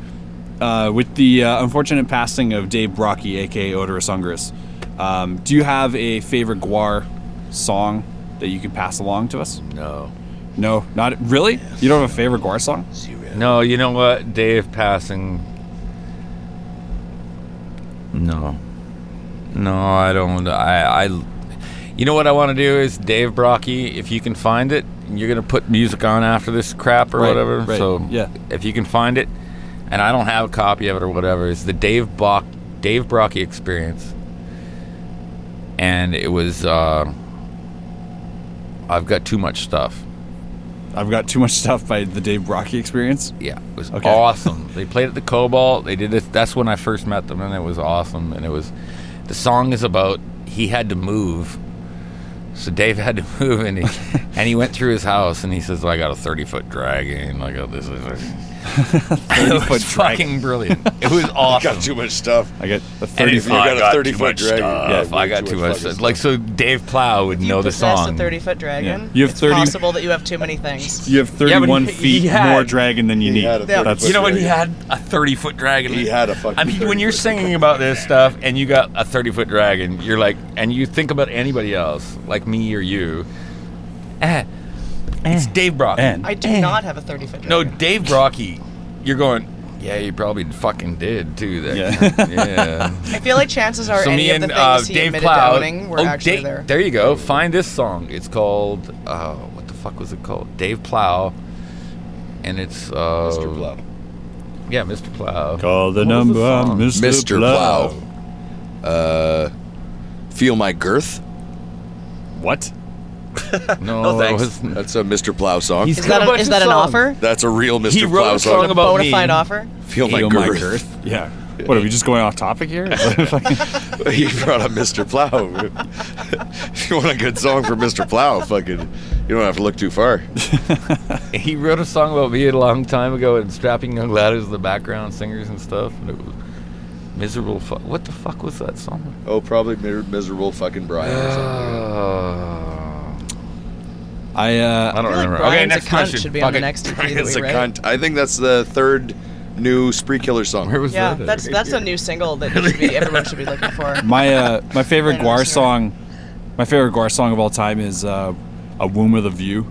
A: uh, with the uh, unfortunate passing of Dave Brocky, aka Odorous Ungerus, um, do you have a favorite Guar song that you could pass along to us?
C: No.
A: No, not really. You don't have a favorite Guar song?
C: No, you know what? Dave passing. No. No, I don't. I, I. You know what I want to do is Dave Brocky. If you can find it, you're gonna put music on after this crap or
A: Right,
C: whatever.
A: right,
C: So
A: yeah.
C: if you can find it, and I don't have a copy of it or whatever, it's the Dave Brock Dave Brocky experience, and it was. Uh, I've got too much stuff.
A: I've got too much [laughs] stuff by the Dave Brocky experience.
C: Yeah, it was
A: Okay.
C: awesome. they played at the Cobalt. They did this. That's when I first met them, and it was awesome. And it was the song is about he had to move. So Dave had to [laughs] move, and he, and he went through his house, and he says, well, "I got a thirty foot dragon." Like, oh, this [laughs] is [laughs] it was fucking brilliant. It [laughs] was awesome.
D: Got too much stuff.
A: I get the
C: And
A: thirty.
C: he's
D: you
C: like,
D: got
C: "I
D: a
C: got
D: 30
C: too
D: foot
C: much
D: dragon."
C: stuff.
D: Yeah,
C: I
D: way
C: got
D: too
C: too
D: much
C: much.
D: fucking
C: stuff. Like so, Dave Plow would
E: you
C: know the
E: possess
C: song.
E: a thirty-foot dragon.
A: Yeah. You have
E: it's
A: 30
E: possible that you have too many things.
A: You have
C: Yeah, but
A: 31
C: he- he
A: feet
C: had-
A: more dragon than you
D: he
A: need.
D: had a
E: Yeah,
D: 30
A: That's
D: foot
C: You know when he
D: dragon.
C: had a thirty foot dragon.
D: uh, He had a fucking
C: I mean, when
D: 30
C: you're
D: foot
C: singing about this stuff and you got a thirty foot dragon, you're like, and you think about anybody else, like me or you. Eh, It's Dave Brocky.
A: And
E: I do not have a 30 foot.
C: No,
E: dragon.
C: Dave Brocky. You're going. Yeah, you probably fucking did too. There.
A: Yeah.
C: [laughs] yeah.
E: [laughs] I feel like chances are
C: so
E: any
C: me
E: of
C: and
E: the things
C: uh,
E: he
C: Dave
E: admitted
C: Plow.
E: to owning were
C: oh,
E: actually
C: Dave-
E: there.
C: There you go. Find this song. It's called. Uh, what the fuck was it called? Dave Plow. And it's. Uh,
D: Mr. Plow.
C: Yeah, Mr. Plow.
A: call the
C: What was
A: number,
C: song?
A: Mr.
D: Mr. Plow. Uh, feel my girth.
A: What?
C: [laughs] No,
B: No,
C: that
B: thanks.
C: was.
D: That's a Mr. Plow song.
C: He's
E: Is
C: got
E: that,
C: a
E: a,
C: bunch
E: is
C: of
E: that an
C: songs.
E: offer?
D: That's a real Mr.
C: He wrote
D: Plow
C: a song
D: song.
C: about
E: Bona fide
C: me.
E: offer?
D: Feel my
A: Feel
D: girth.
A: my girth. [laughs] Yeah. What are we just going off topic
C: [laughs]
A: here? [laughs]
D: he brought up Mr. Plow. if you want a good song for Mr. Plow, fucking, you don't have to look too far.
C: [laughs] He wrote a song about me a long time ago, and strapping young lad is the background singers and stuff. And it was miserable. Fu- what the fuck was that song?
D: Oh, probably mi- miserable fucking Brian. or something.
C: Uh,
A: I uh,
C: I don't
E: I feel like
C: remember.
E: Brian's
C: okay, next
E: a cunt
C: question.
E: should be on
C: Fuck
E: the
C: it.
E: next EP that
D: Brian's
E: we
D: a
E: rate.
D: cunt. I think that's the third new spree killer song.
C: [laughs] Where was
E: Yeah,
C: that? at?
E: that's that's a new single that you should be, everyone should be looking [laughs] for.
A: my uh, my favorite
E: I know,
A: Guar
E: sure.
A: song, my favorite Guar song of all time is uh, "A Womb with a View."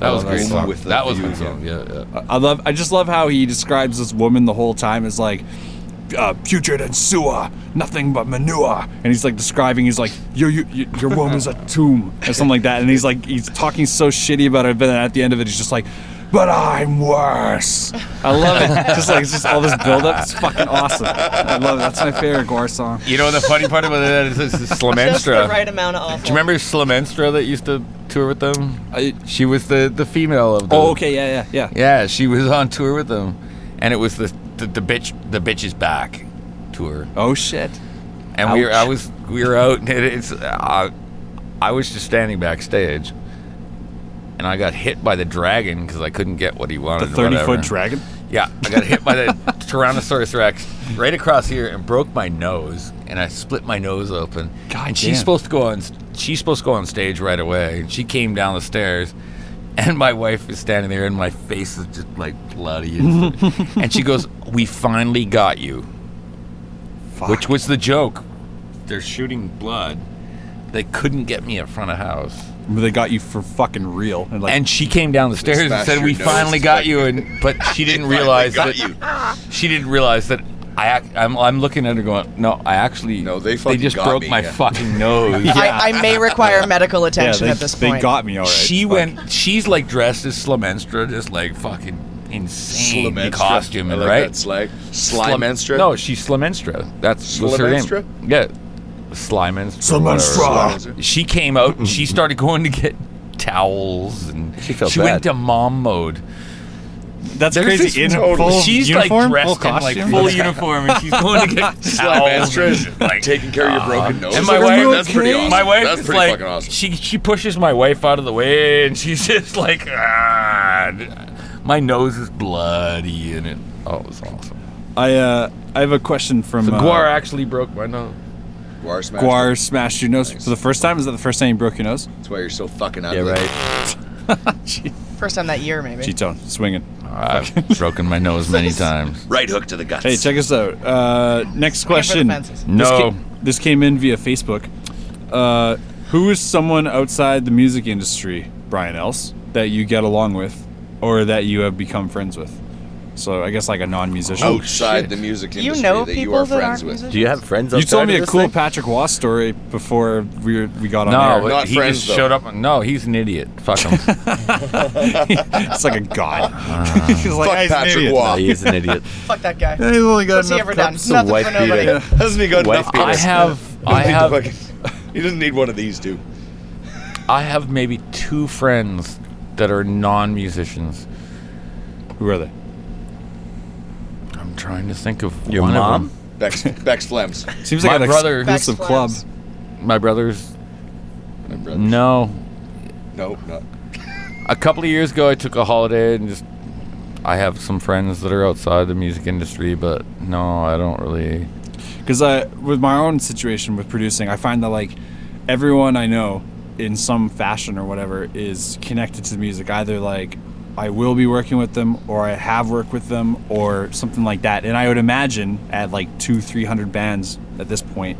C: That was a
A: Oh,
C: great
A: that's
C: song.
D: with the
C: that was a
D: view
C: good song. Yeah, yeah.
A: I love. I just love how he describes this woman the whole time as like uh, putrid and sewer, nothing but manure. And he's like describing. He's like, your your, your woman's a tomb or something like that. And he's like, he's talking so shitty about it. But then at the end of it, he's just like. But I'm worse. I love it. [laughs] just like it's just all this buildup. It's fucking awesome. I love it. That's my favorite Gore song.
C: You know the funny part about that is, [laughs] is
E: Just the
C: Slamenstra.
E: right amount of awful.
C: Do you remember Slamenstra that used to tour with them?
A: I-
C: She was the the female of. The,
A: oh, okay. Yeah, yeah, yeah.
C: Yeah, she was on tour with them, and it was the the, the bitch the bitch is back tour.
A: Oh shit.
C: and we were, I
A: Ouch.
C: was we were out and it, it's I, I was just standing backstage and I got hit by the dragon because I couldn't get what he
A: The
C: wanted or
A: thirty
C: whatever.
A: foot dragon.
C: yeah I got hit by the [laughs] Tyrannosaurus Rex right across here and broke my nose and I split my nose open
A: God
C: and she's
A: damn.
C: supposed to go on she's supposed to go on stage right away and she came down the stairs [laughs] and my wife is standing there and my face is just like bloody and,
A: [laughs]
C: and she goes we finally got you which was the joke. They're shooting blood. They couldn't get me in front of house.
A: They got you for fucking real. And like,
C: And she came down the stairs and
D: smashed
C: said,
D: your
C: "We
D: nose."
C: finally got you."
D: [laughs]
C: And but she didn't realize
D: got
C: that [laughs] she didn't realize that I ac- I'm, I'm looking at her going, "No, I actually
D: No, they fucking
C: just
D: got
C: broke
D: me,
C: my
D: yeah."
C: fucking
D: [laughs]
C: nose."
E: I, I may require medical
A: yeah,
E: attention
A: they,
E: at this
A: they
E: point.
A: got me all right.
C: She
A: Fuck.
C: went. She's like dressed as Slamenstra, just like fucking insane
D: Slamenstra.
C: costume,
D: I like
C: right?
D: That slag. Slimenstra.
C: No, she's Slamenstra. That's was her name.
D: Slamenstra?
C: Yeah, Slimenstra. or whatever. she came out and
B: [laughs]
C: she started going to get towels and she,
B: felt
C: went
B: bad.
C: to mom mode.
A: That's
C: There's this
A: crazy. In
C: total-
A: full
C: she's
A: uniform,
C: like
A: full
C: dressed in
A: costume.
C: like full uniform and she's
A: [laughs]
C: going to get towels.
D: Slimenstra.
C: and, like, uh,
D: Taking care of your broken nose.
C: and my
D: That's
C: wife,
D: pretty- That's pretty awesome.
C: my wife
D: That's
C: is
D: pretty
C: like,
D: fucking awesome.
C: she she pushes my wife out of the way, and she's [laughs] just like, ah, my nose is bloody, and it. Oh, it was awesome.
A: I uh, I have a question from
C: The
A: uh,
C: Guar actually broke my nose.
D: Guar smash.
A: Guar smashed your nose for the first time. Is that the first time you broke your nose?
D: That's why you're so fucking ugly.
E: First time that year, maybe.
A: G-tone, swinging. [laughs]
C: I've broken my nose many times.
D: Right hook to the guts.
A: Hey, check us out. Uh, next question.
E: fences.
A: This
C: No.
A: ca- this came in via Facebook. Uh, who is someone outside the music industry, Brian Else, that you get along with, or that you have become friends with? So I guess like a non-musician.
C: Oh,
D: outside the music
E: Do you
D: industry
E: know
D: that
E: people
D: you are
E: that
D: friends
E: aren't
D: with.
E: musicians?
B: Do you have friends?
A: you told
B: outside
A: me
B: of
A: a
B: this
A: cool
B: thing?
A: Patrick Waugh story before we were, we got on
C: No,
A: air.
D: Not
C: he
D: friends,
C: just
D: though.
C: showed up. and- No, he's an idiot.
A: [laughs]
C: Fuck him.
A: it's like a god. [laughs] He's like,
D: Fuck
A: "Ah, he's an
D: Patrick
A: idiot."
D: Waugh.
B: No, Oh, he is
A: [laughs]
B: an idiot.
E: Fuck that guy.
A: He's only got
E: What's he
A: enough
E: ever
A: cups.
E: done?
B: a
E: Nothing
B: wife
E: for
B: beater.
A: [laughs]
E: nobody.
D: Hasn't he got
B: Wife
D: enough
B: beater.
C: I
D: penis?
C: have,
D: Doesn't
C: I
D: need to
C: have,
D: fucking- He doesn't need one of these two.
C: I have maybe two friends that are non-musicians.
A: Who are they?
C: I'm trying to think of
B: Your
C: one
B: mom?
C: Of [laughs]
D: Bex, Bex Flems.
A: Seems
C: My
A: like an
C: brother-
A: exclusive
E: Backslaps.
A: club.
C: them. My brothers.
D: My brother.
C: No,
D: No, not.
C: a couple of years ago, I took a holiday and just. I have some friends that are outside the music industry, but no, I don't really.
A: Because I, with my own situation with producing, I find that like everyone I know in some fashion or whatever is connected to the music. Either like I will be working with them, or I have worked with them, or something like that. And I would imagine at like two, three hundred bands at this point,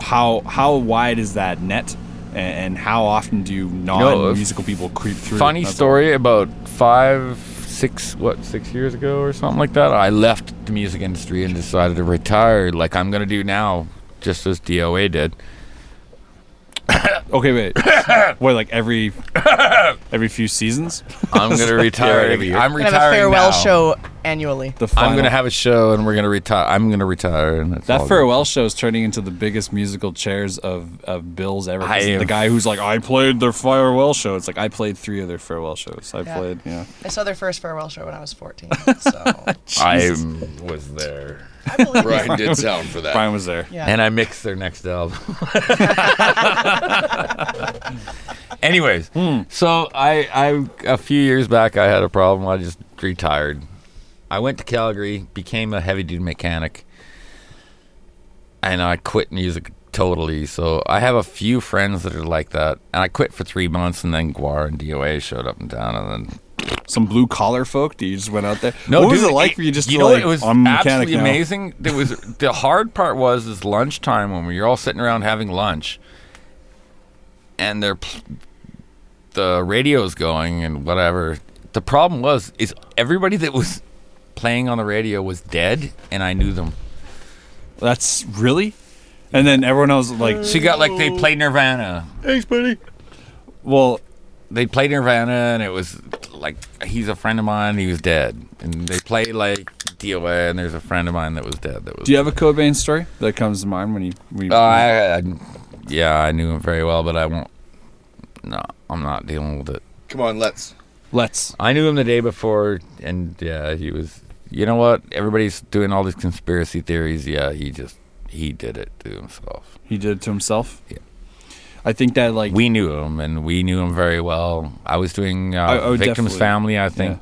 A: how how wide is that net? and, and how often do non-musical people creep through?
C: Funny
A: That's all.
C: story about five, six, what, six years ago or something like that. I left the music industry and decided to retire, like I'm gonna do now, just as DOA did.
A: Okay, wait.
C: [laughs]
A: what, like every every few seasons?
C: I'm gonna retire.
B: every year.
C: I'm
E: Gonna
C: retiring
E: have a farewell
C: now.
E: show annually.
A: The
C: I'm
A: final-
C: gonna have a show, and we're gonna retire. I'm gonna retire, and it's all
A: That
C: good.
A: farewell show is turning into the biggest musical chairs of, of Bill's ever. 'Cause
C: I am-
A: The guy who's like, I played their farewell show. It's like I played three of their farewell shows. I
E: Yeah.
A: played, yeah.
E: I saw their first farewell show when I was 14. So
C: I was there,
E: I believe it.
C: [laughs]
D: Brian did sound
C: Uh,
D: for that.
A: Brian was there.
E: Yeah.
C: and I mixed their next album. [laughs] Anyways, so I, I a few years back I had a problem. I just retired. I went to Calgary, became a heavy duty mechanic, and I quit music totally. So I have a few friends that are like that, and I quit for three months, and then Guar and DOA showed up and down, and then
A: Some blue collar folk. Do you just went out there? what was
C: dude,
A: it like for you? Just
C: you
A: to,
C: know
A: like,
C: it was
A: I'm a mechanic
C: absolutely
A: now."
C: amazing. It was the hard part was is lunchtime when we were all sitting around having lunch, and they're pl- the radio's going and whatever. The problem was is everybody that was playing on the radio was dead, and I knew them.
A: That's really. And then everyone else was like,
E: Uh,
C: So you got like they played Nirvana,
A: well,
C: they played Nirvana, and it was like he's a friend of mine. He was dead, and they played like DOA, and there's a friend of mine that was dead. That was
A: do you have a Cobain story that comes to mind when you? We,
C: Uh, I, I, yeah, I knew him very well, but I won't. No, I'm not dealing with it.
D: Come on, let's.
A: let's.
C: I knew him the day before, and yeah, he was. You know what? Everybody's doing all these conspiracy theories. Yeah, he just he did it to himself.
A: He did it to himself.
C: Yeah.
A: I think that like
C: We knew him, and we knew him very well. I was doing uh,
A: I- oh,
C: Victims
A: definitely.
C: Family, I think,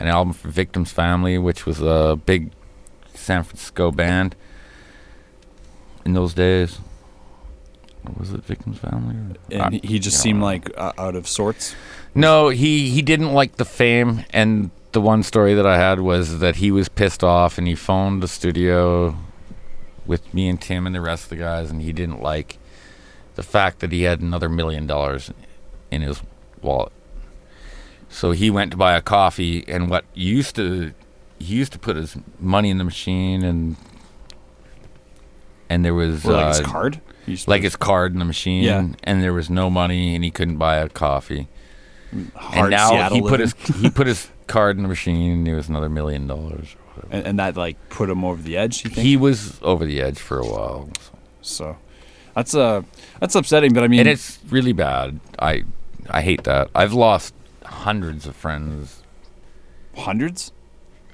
C: an album for Victims Family, which was a big San Francisco band in those days. Or Was it Victims Family? or-
A: and
C: I-
A: he- he just
C: you know,
A: seemed like uh, out of sorts.
C: No, he he didn't like the fame. And the one story that I had was that he was pissed off, and he phoned the studio with me and Tim and the rest of the guys, and he didn't like the fact that he had another million dollars in his wallet. So he went to buy a coffee, and what used to he used to put his money in the machine, and and there was
A: Or, like his
C: uh,
A: card. He just-
C: like his card in the machine,
A: Yeah.
C: and there was no money, and he couldn't buy a coffee and
A: hard
C: now
A: Seattle
C: he put
A: living.
C: his he put his card in the machine and it was another million dollars.
A: and, and that like put him over the edge. You think?
C: He was over the edge for a while, so-
A: so that's uh that's upsetting. But I mean,
C: and it's really bad. I I hate that. I've lost hundreds of friends.
A: hundreds.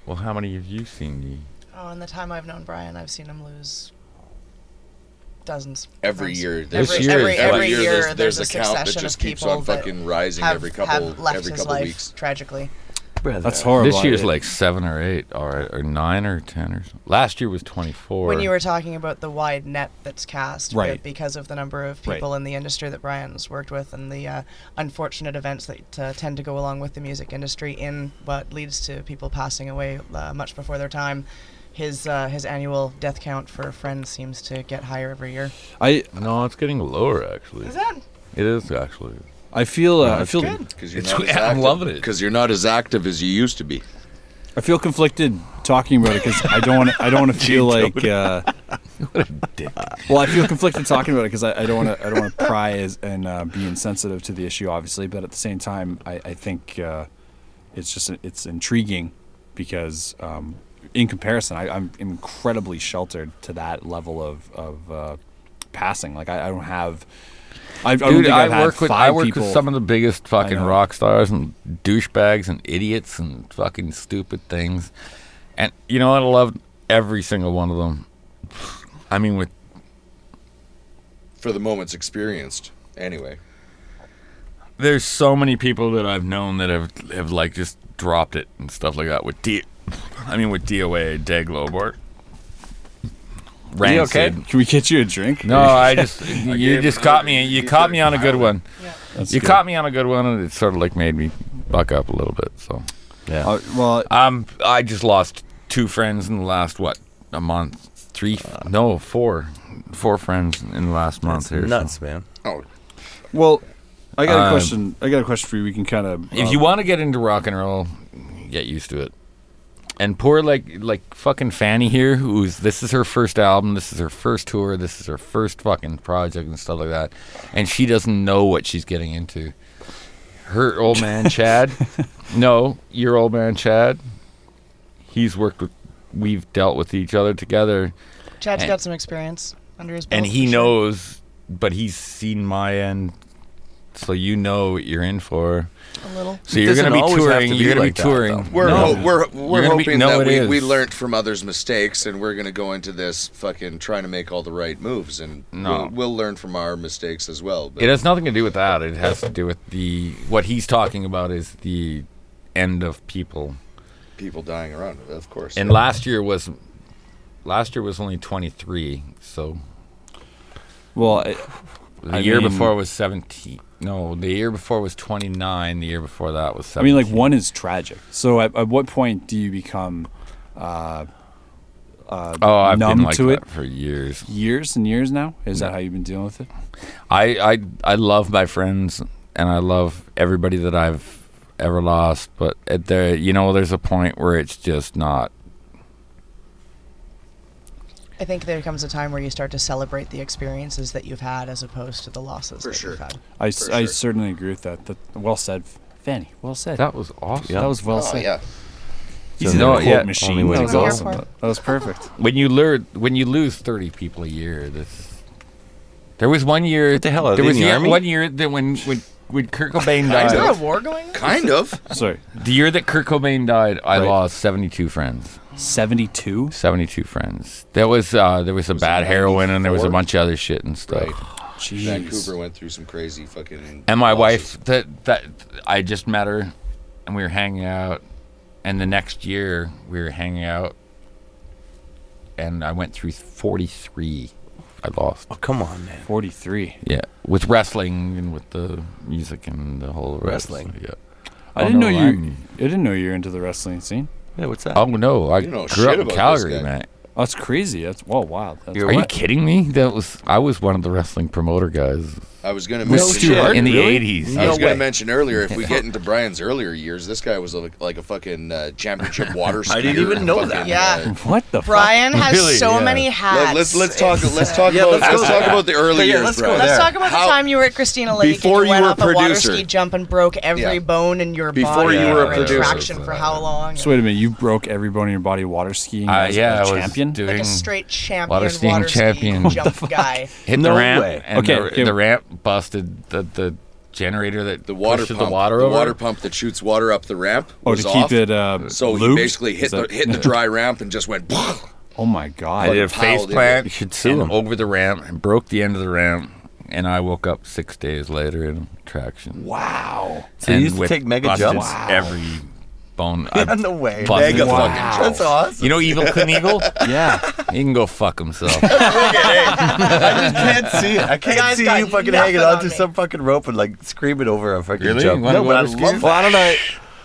C: Well, how many have you seen? Dee?
E: Oh, in the time I've known Brian, I've seen him lose dozens. of
D: Every
E: friends.
D: year,
E: Every-
D: there's
C: year
E: every,
C: is
E: every,
C: like-
E: year,
D: there's,
E: there's,
D: there's
E: a
D: a count that
E: succession
D: just
E: of
D: keeps
E: people
D: on fucking rising
E: that have,
D: every couple
E: have left
D: every
E: his
D: couple
E: life
D: weeks.
E: tragically.
A: That's horrible.
C: This year's
A: I-
C: like seven or eight, or or nine or ten or something. Last year was twenty four.
E: when you were talking about the wide net that's cast, but
A: Right.
E: Because of the number of
A: Right.
E: people in the industry that Brian's worked with, and the uh, unfortunate events that uh, tend to go along with the music industry, in what leads to people passing away uh, much before their time. His uh, his annual death count for friends seems to get higher every year.
A: I
C: no, it's getting lower actually.
E: Is that?
C: It is actually.
A: I feel uh, I feel
D: Because you're
C: It's-
D: not
C: [laughs]
D: as
C: I'm
D: active,
C: loving it.
D: Because you're not as active as you used to be.
A: I feel conflicted talking about it because I don't want I don't
C: [laughs]
A: want to feel like. Uh, well, I feel conflicted talking about it because I, I don't want to I don't want to pry as, and uh, be insensitive to the issue, obviously. But at the same time, I, I think uh, it's just it's intriguing because um, in comparison, I, I'm incredibly sheltered to that level of of uh, passing. Like I, I don't have. I, I don't
C: Dude,
A: think
C: I
A: I've had
C: work with
A: five
C: I work
A: people.
C: with some of the biggest fucking
A: know.
C: rock stars and douchebags and idiots and fucking stupid things, and you know what? I loved every single one of them. I mean, with
D: For the moments experienced, anyway.
C: there's so many people that I've known that have have like just dropped it and stuff like that. With D, I mean with DOA, Dag Lobart,
A: Are you
C: Rancid.
A: okay? Can we get you a drink?
C: No,
A: [laughs]
C: I just you
D: gave
C: just
D: him
C: caught
D: a-
C: me. You
D: he
C: caught
D: said
C: me on a good one.
A: That's
C: You
A: good.
C: caught me on a good one, and it sort of like made me buck up a little bit. So yeah.
A: Uh, well,
C: Um, I just lost two friends in the last what a month, three? no, four, four friends in the last month here. so-
B: Nuts, man.
D: Oh,
A: Well, I got a
C: Um,
A: question. I got a question for you. We can kind of.
C: If you want to get into rock and roll, get used to it. And poor like like fucking Fanny here, who's this is her first album, this is her first tour, this is her first fucking project and stuff like that, and she doesn't know what she's getting into. Her old man Chad, no, your old man Chad, he's worked with, we've dealt with each other together,
E: Chad's
C: And-
E: got some experience under his belt.
C: and he
E: Oh, for sure.
C: knows, but he's seen my end, so you know what you're in for.
E: a little.
C: So you're
B: doesn't
C: gonna be
B: always have
C: touring.
B: to be
C: you're gonna
B: like
C: be
B: that,
C: touring.
B: though.
D: we're
C: No.
D: ho- we're we're
C: You're gonna be-
D: hoping
C: no,
D: that
C: it
D: we,
C: is.
D: we learned from others' mistakes, and we're going to go into this fucking trying to make all the right moves, and
C: No.
D: we'll, we'll learn from our mistakes as well. But
C: It has nothing to do with that. It has to do with the what he's talking about is the end of people.
D: people dying around, of course.
C: And last year was last year was only 23, so
A: uh, Well, I,
C: the
A: I
C: year
A: mean-
C: before was 17. No, the year before was 29. The year before that was
A: I
C: 17.
A: mean, like one is tragic. So, at, at what point do you become uh, uh,
C: Oh, I've
A: numb
C: been like
A: to
C: that
A: it?
C: for years.
A: Years and years now. Is that how you've been dealing with it?
C: I, I I love my friends and I love everybody that I've ever lost, but at the you know there's a point where it's just not
E: I think there comes a time where you start to celebrate the experiences that you've had as opposed to the losses
D: For
E: that
D: sure.
E: you've had.
A: I, s-
D: For
A: I
D: sure.
A: certainly agree with that. that. Well said, Fanny. Well said.
C: that was awesome.
A: That was well
D: oh
A: said.
D: yeah,
A: He's
C: So
A: an
C: no,
A: quote
C: yeah, only
A: machine. That
C: way to
A: was
E: go.
A: awesome. That that was perfect.
C: when you lure when you lose 30 people a year this there was one year what
B: the hell, are
C: there
B: they
C: was
B: in the
C: year-
B: army?
C: one year that when when when
B: [laughs]
C: Kurt Cobain
E: Is there a
C: died
E: war going on?
D: kind [laughs] of.
A: Sorry,
C: the year that Kurt Cobain died I
A: Right.
C: lost 72 friends
A: seventy-two.
C: 72 friends there was uh there was a bad heroin and there was a
D: 94?
C: bunch of other shit and stuff
D: Right. Vancouver went through some crazy fucking.
C: and my
D: losses.
C: wife that that I just met her and we were hanging out and the next year we were hanging out and I went through 43 I lost
B: Oh, come on, man.
A: Forty-three.
C: Yeah, with wrestling and with the music and the whole rest,
B: Wrestling.
C: Yeah.
A: I
C: Oh,
A: didn't
C: no,
A: know you.
C: I'm-
A: I didn't know you were into the wrestling scene.
B: Yeah, what's that?
C: Oh no, I
D: You know
C: grew
D: shit
C: up in
D: about this
C: Calgary,
D: guy.
C: man.
A: Oh, that's crazy. That's wow, wild. That's
B: You're
C: Are you
B: what?
C: kidding me? That was I was one of the wrestling promoter guys
D: I was going to
A: With
D: mention
A: Stu
D: that.
A: Hart?
C: in the
A: Really?
C: '80s.
D: I
B: No
D: was going
B: way.
D: to mention earlier,
B: [laughs]
D: if we get into Brian's earlier years, this guy was like, like a fucking uh, championship water
B: [laughs]
D: skier.
B: I didn't even know
D: fucking,
B: that.
E: Yeah.
A: what the
E: Brian has
C: Really?
E: so
C: Yeah.
E: many
D: uh,
E: hats.
D: let, us let's talk.
E: It's-
D: Let's talk
B: Yeah,
D: about.
B: let's
D: Let's,
B: go
D: talk
B: there.
D: about the early
B: Yeah,
D: years,
B: let's go
D: Brian.
E: [laughs]
B: there.
E: Let's talk about
D: How-
E: the time you were at Christina Lake
D: Before
E: and you
D: you
E: went
D: were
E: off a water
D: producer.
E: ski jump and broke every
D: Yeah.
E: bone in your
D: Before
E: body.
D: you
E: and
D: were a
E: were in
D: producer.
E: traction for how long?
A: So wait a minute. You broke every bone in your body water skiing.
C: Uh,
A: as
C: yeah,
A: a
C: I was
A: champion.
C: doing
E: like a straight champion,
C: Water
E: water,
C: skiing
E: ski
C: champion. What
E: jump guy.
C: hit
B: No
C: the ramp.
B: way.
C: And
A: Okay,
C: the,
A: okay.
C: the ramp busted the the generator that
D: The water
C: pushes
D: pump.
C: the water over.
D: pump that shoots water up the ramp.
A: Oh, to
D: was
A: keep
D: off.
A: it uh,
D: So he
A: lubed?
D: basically hit
A: Is
D: the
A: that-
B: [laughs]
D: hit the dry ramp and just went.
A: Oh my
C: I
A: god!
C: did a
D: piled
C: face
D: into
C: plant.
B: it. You should sue
C: and
B: him.
C: over the ramp and broke the end of the ramp. And I woke up six days later in traction.
A: Wow.
B: So you
C: and
B: used to
C: with
B: take mega
C: busted
B: jumps?
C: s- every bone. I
B: [laughs] Yeah, no way.
C: busted
B: Mega
C: one.
B: fucking jump. That's awesome.
C: You know Evil
B: [laughs]
C: Knievel?
A: Yeah.
C: he can go fuck himself.
B: I
E: [laughs]
B: can't see it. I can't
E: guy's
B: see
E: got
B: you fucking
E: nothing
B: hanging
E: on
B: onto
E: me.
B: some fucking rope and like screaming over a fucking
C: Really?
B: jump.
C: Wanna
B: No, but I
C: water ski?
B: love
A: well,
B: that.
A: I don't know.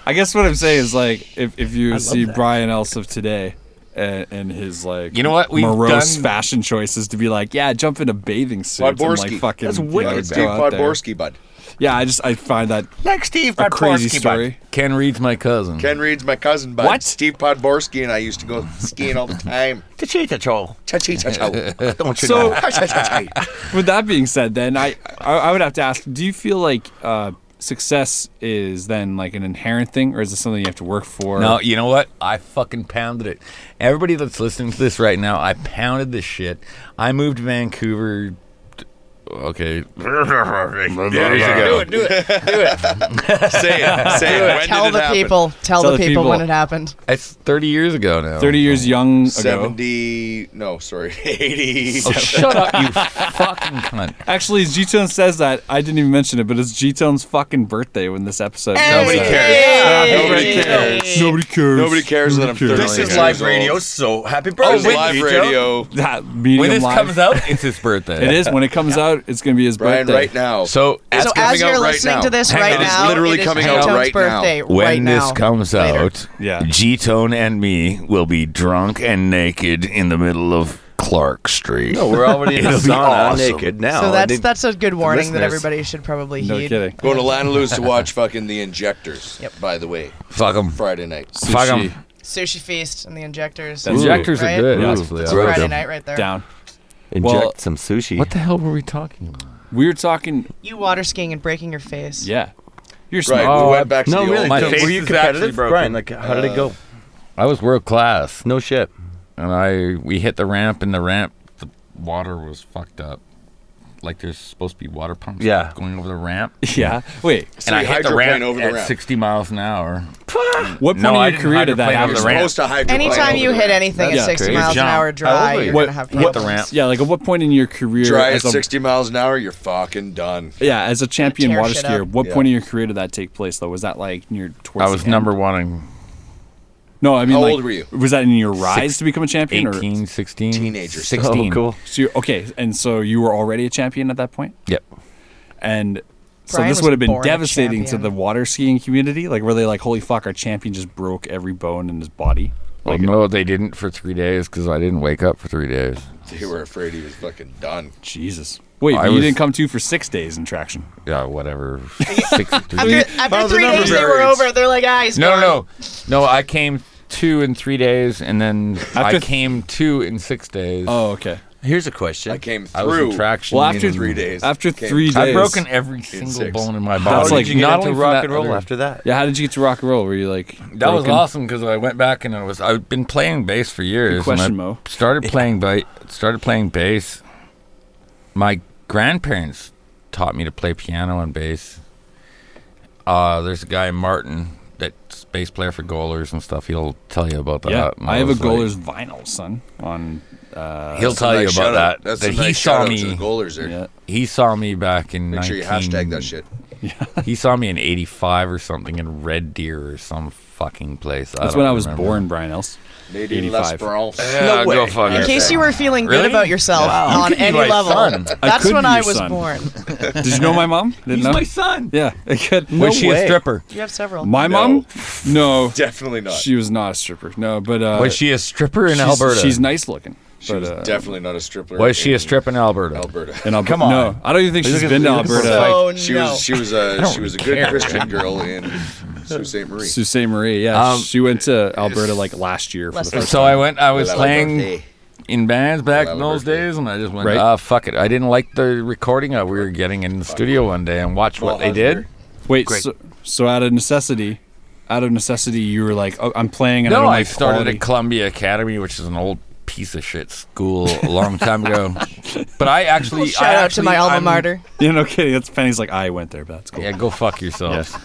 A: I guess what I'm saying is like if, if you see
B: that.
A: Brian Else of today and, and his like
C: You know what? We've
A: morose
C: done-
A: fashion choices to be like yeah jump in a bathing suit and like
D: Podborski.
A: fucking
B: That's
A: you know,
B: wicked,
A: go
D: Steve
A: out there.
D: Podborski, bud.
A: yeah I just I find that
B: Like Steve,
A: a crazy story
C: Ken Reed's my cousin.
D: Ken Reed's my cousin, bud.
A: What?
D: Steve Podborski and I used to go skiing
B: [laughs]
D: all the time.
B: To cheat the troll.
D: Cha-chee, [laughs] cha-chow.
B: Don't you
A: So-
B: know?
A: with that being said then I, I I would have to ask do you feel like uh, success is then like an inherent thing or is it something you have to work for
C: No, you know what? I fucking pounded it. Everybody that's listening to this right now, I pounded this shit. I moved to Vancouver. Okay.
D: do it, do it, do it. [laughs] say it, say it. When
E: Tell
D: did it
E: the
D: happen?
E: people. Tell
A: Tell
E: the
A: the
E: people when it
A: people.
E: happened.
C: It's 30 years ago now.
A: thirty years young ago
D: 70 no sorry [laughs] 80
C: Oh, shut up, you fucking cunt.
A: Actually, G Tone says that. I didn't even mention it, but it's G Tone's fucking birthday when this episode
C: Nobody
A: comes out.
C: cares.
D: nobody cares.
A: Nobody cares.
D: nobody cares that i'm 30
B: This is
D: years
B: live
D: old.
B: radio, so happy
D: This is
B: birthday.
D: live
B: Vito.
D: radio
A: That medium
C: When this
A: live.
C: comes out, it's his birthday.
A: it is when it comes out. It's gonna be his
D: brian
A: birthday.
D: right now
C: So,
D: It's
E: So
D: coming
E: as
D: out
E: you're
D: right
E: listening
D: now.
E: to this
C: Hang
E: right
C: on, it's
E: now,
D: literally
E: it is
D: coming
E: Hank
D: out
E: Tone's
D: right now.
E: birthday
C: when
E: right
C: this
E: now.
C: comes
E: Later.
C: out,
A: Yeah.
C: G Tone and me will be drunk and naked in the middle of
G: Clark Street.
B: No, we're already [laughs] in the
G: It'll be
B: sauna
G: awesome.
B: naked now.
E: so
B: I
E: that's
B: did-
E: that's a good warning that
B: listeners-
E: everybody should probably
A: No
E: heed.
A: kidding.
D: Going to Lanalu's [laughs] to watch fucking the Injectors.
E: Yep.
D: By the way,
C: Fuck them.
D: Friday night.
C: Fuck
A: Sushi
C: 'em.
E: Sushi feast and the injectors.
A: That's
C: Injectors
E: Right?
C: are good.
A: Yeah.
C: actually.
E: It's
C: I like
E: Friday
C: them.
E: night right there.
A: down.
B: Inject
A: Well-
B: some sushi.
C: What the hell were we talking about?
A: We were talking.
E: You water skiing and breaking your face.
A: Yeah, you're
D: Right.
A: smart.
C: Oh,
D: we
C: I-
D: went back to
B: no,
D: the
B: really.
D: old
C: my
D: days.
C: face
B: were you
C: is
B: competitive,
C: actually broken.
B: Brian? Like, how did it go?
C: I was world class,
B: No shit.
C: and I we hit the ramp, and the ramp, the water was fucked up. Like there's supposed to be water pumps.
B: Yeah.
C: going over the ramp.
A: Yeah. Wait.
D: So you hydroplane over the
C: at
D: ramp.
C: 60 miles an hour.
A: What point
C: No, I
A: in your
C: didn't
A: career did that
C: hydroplane
A: happen?
C: over
D: You're
C: the ramp.
D: supposed to hydroplane.
E: Anytime you
D: over
E: hit
D: there.
E: anything
A: That's
E: at 60
C: crazy.
E: miles an
C: Jump.
E: hour
C: How
E: dry,
C: old are
E: you're
C: you?
E: going
A: What,
E: to have
A: what-
E: problems.
C: ramp.
A: Yeah, like at what point in your career
D: Dry at
A: as a,
D: 60 miles an hour, you're fucking done.
A: Yeah, as a champion
E: Tear
A: water
E: shit
A: skier,
E: up.
A: what
D: Yeah.
A: point in your career did that take place though? Was that like near towards
C: I was
A: the end?
C: number one in
A: No, I mean
D: How
A: like,
D: old were you?
A: Was that in your rise to become a champion
C: 18, 16,
D: Teenager stuff.
C: 16.
B: Oh, cool.
A: or so you're, okay, and so you were already a champion at that point?
C: Yep.
A: And so
E: Brian
A: this
E: was
A: would have been
E: born a
A: devastating to
E: champion.
A: the water skiing community. Like were they like, Holy fuck, our champion just broke every bone in his body.
C: Well,
B: uh,
C: no, they didn't for three days because I didn't wake up for three days.
D: They were afraid he was fucking done.
A: Jesus. Wait,
C: I
A: but you
C: was-
A: didn't come to for six days in traction.
C: Yeah,
B: [laughs]
C: whatever. Six, three.
E: After, after
D: How's the
E: three
D: number
E: days, they were
D: variance?
E: over. They're like, ah, he's
C: No, no,
E: gone.
C: no, no. I came two in three days, and then I
A: After-
C: came two in six days.
A: Oh, okay.
B: Here's a question.
D: I came through.
C: I was in traction.
A: Well, after
C: in-
D: three days.
A: After
D: Came-
A: three days,
C: I've broken every single
D: six.
C: bone in my body.
B: How
A: That's
B: did
A: like-
B: you get
C: Not
B: into
C: only from
B: rock
C: that
B: and roll
C: other-
B: after that?
A: Yeah, how did you get to rock and roll? Were you like
C: That was
A: broken?
C: awesome because I went back and I was I've been playing bass for years. and
A: question,
C: I
A: Mo.
C: Started playing ba- started playing bass. My grandparents taught me to play piano and bass. Uh, there's a guy Martin that's bass player for Goalers and stuff. He'll tell you about that.
A: Yeah,
C: And
A: I have a
C: was like-
A: Goalers vinyl, son. On uh,
C: he'll
D: That's a
C: tell
D: nice
C: you about
D: shout-out.
C: that.
D: That's
C: that
D: a
C: he
D: nice
C: saw
D: shout-out to the
C: me.
D: goalers there.
A: yeah,
C: He saw me back in.
D: Make
C: 19,
D: sure you hashtag that shit.
C: He saw me in '85 or something in Red Deer or some fucking place.
A: that's
C: don't
A: when I was
C: remember.
A: born, Brian Else.
D: Nadine
A: 85.
D: Lesperance.
C: Yeah, go fuck
E: In
C: yourself.
E: case you were feeling
C: Really?
E: good about yourself
C: Wow. You
E: on
C: could be
E: any
C: my
E: level,
C: son. I
E: that's
A: could
E: when
A: be
E: I
A: your
E: was
A: son.
E: born.
A: Did you know my mom? [laughs] Didn't
C: He's
A: know?
C: my son.
A: yeah, I could.
C: Was she a stripper?
E: You have several.
A: My mom? No,
D: [laughs] Definitely not.
A: she was not a stripper. No, but uh,
C: Was she a stripper in
A: she's,
C: Alberta?
A: She's nice looking.
D: She
A: but,
D: was
A: uh,
D: definitely not a stripper.
C: Was she a
D: in
C: stripper in Alberta?
D: Alberta. [laughs]
A: in Alberta.
C: Come on.
A: No, I don't even think
C: Look
A: she's
C: at-
A: been to
C: look at this
A: Alberta.
C: like-
E: oh,
D: She
E: no.
D: was she
C: [laughs]
D: was a
C: don't
D: she was a
C: care.
D: good Christian girl in
C: [laughs]
D: Sault Ste. Marie.
A: Sault Ste. Marie. Yeah,
C: Um,
A: she went to Alberta like last year. For the
E: Less
A: first
C: So I went. I was
D: Well,
C: playing in bands back in
D: Alberta.
C: those days, and I just went,
A: Right.
C: "Ah, fuck it." I didn't like the recording that we were getting in the studio one day, and watch what they did.
A: Wait, so, so out of necessity, out of necessity, you were like, oh, I'm playing. And I,
C: No,
A: don't
C: I
A: like
C: started
A: quality.
C: at Columbia Academy, which is an old piece of shit school a long time ago. But I actually
E: Shout
C: I
E: out
C: actually-
E: to my alma
C: I'm-
E: mater.
A: [laughs] Yeah, no kidding. That's Penny's like, I went there, but that's cool.
C: Yeah, go fuck yourselves.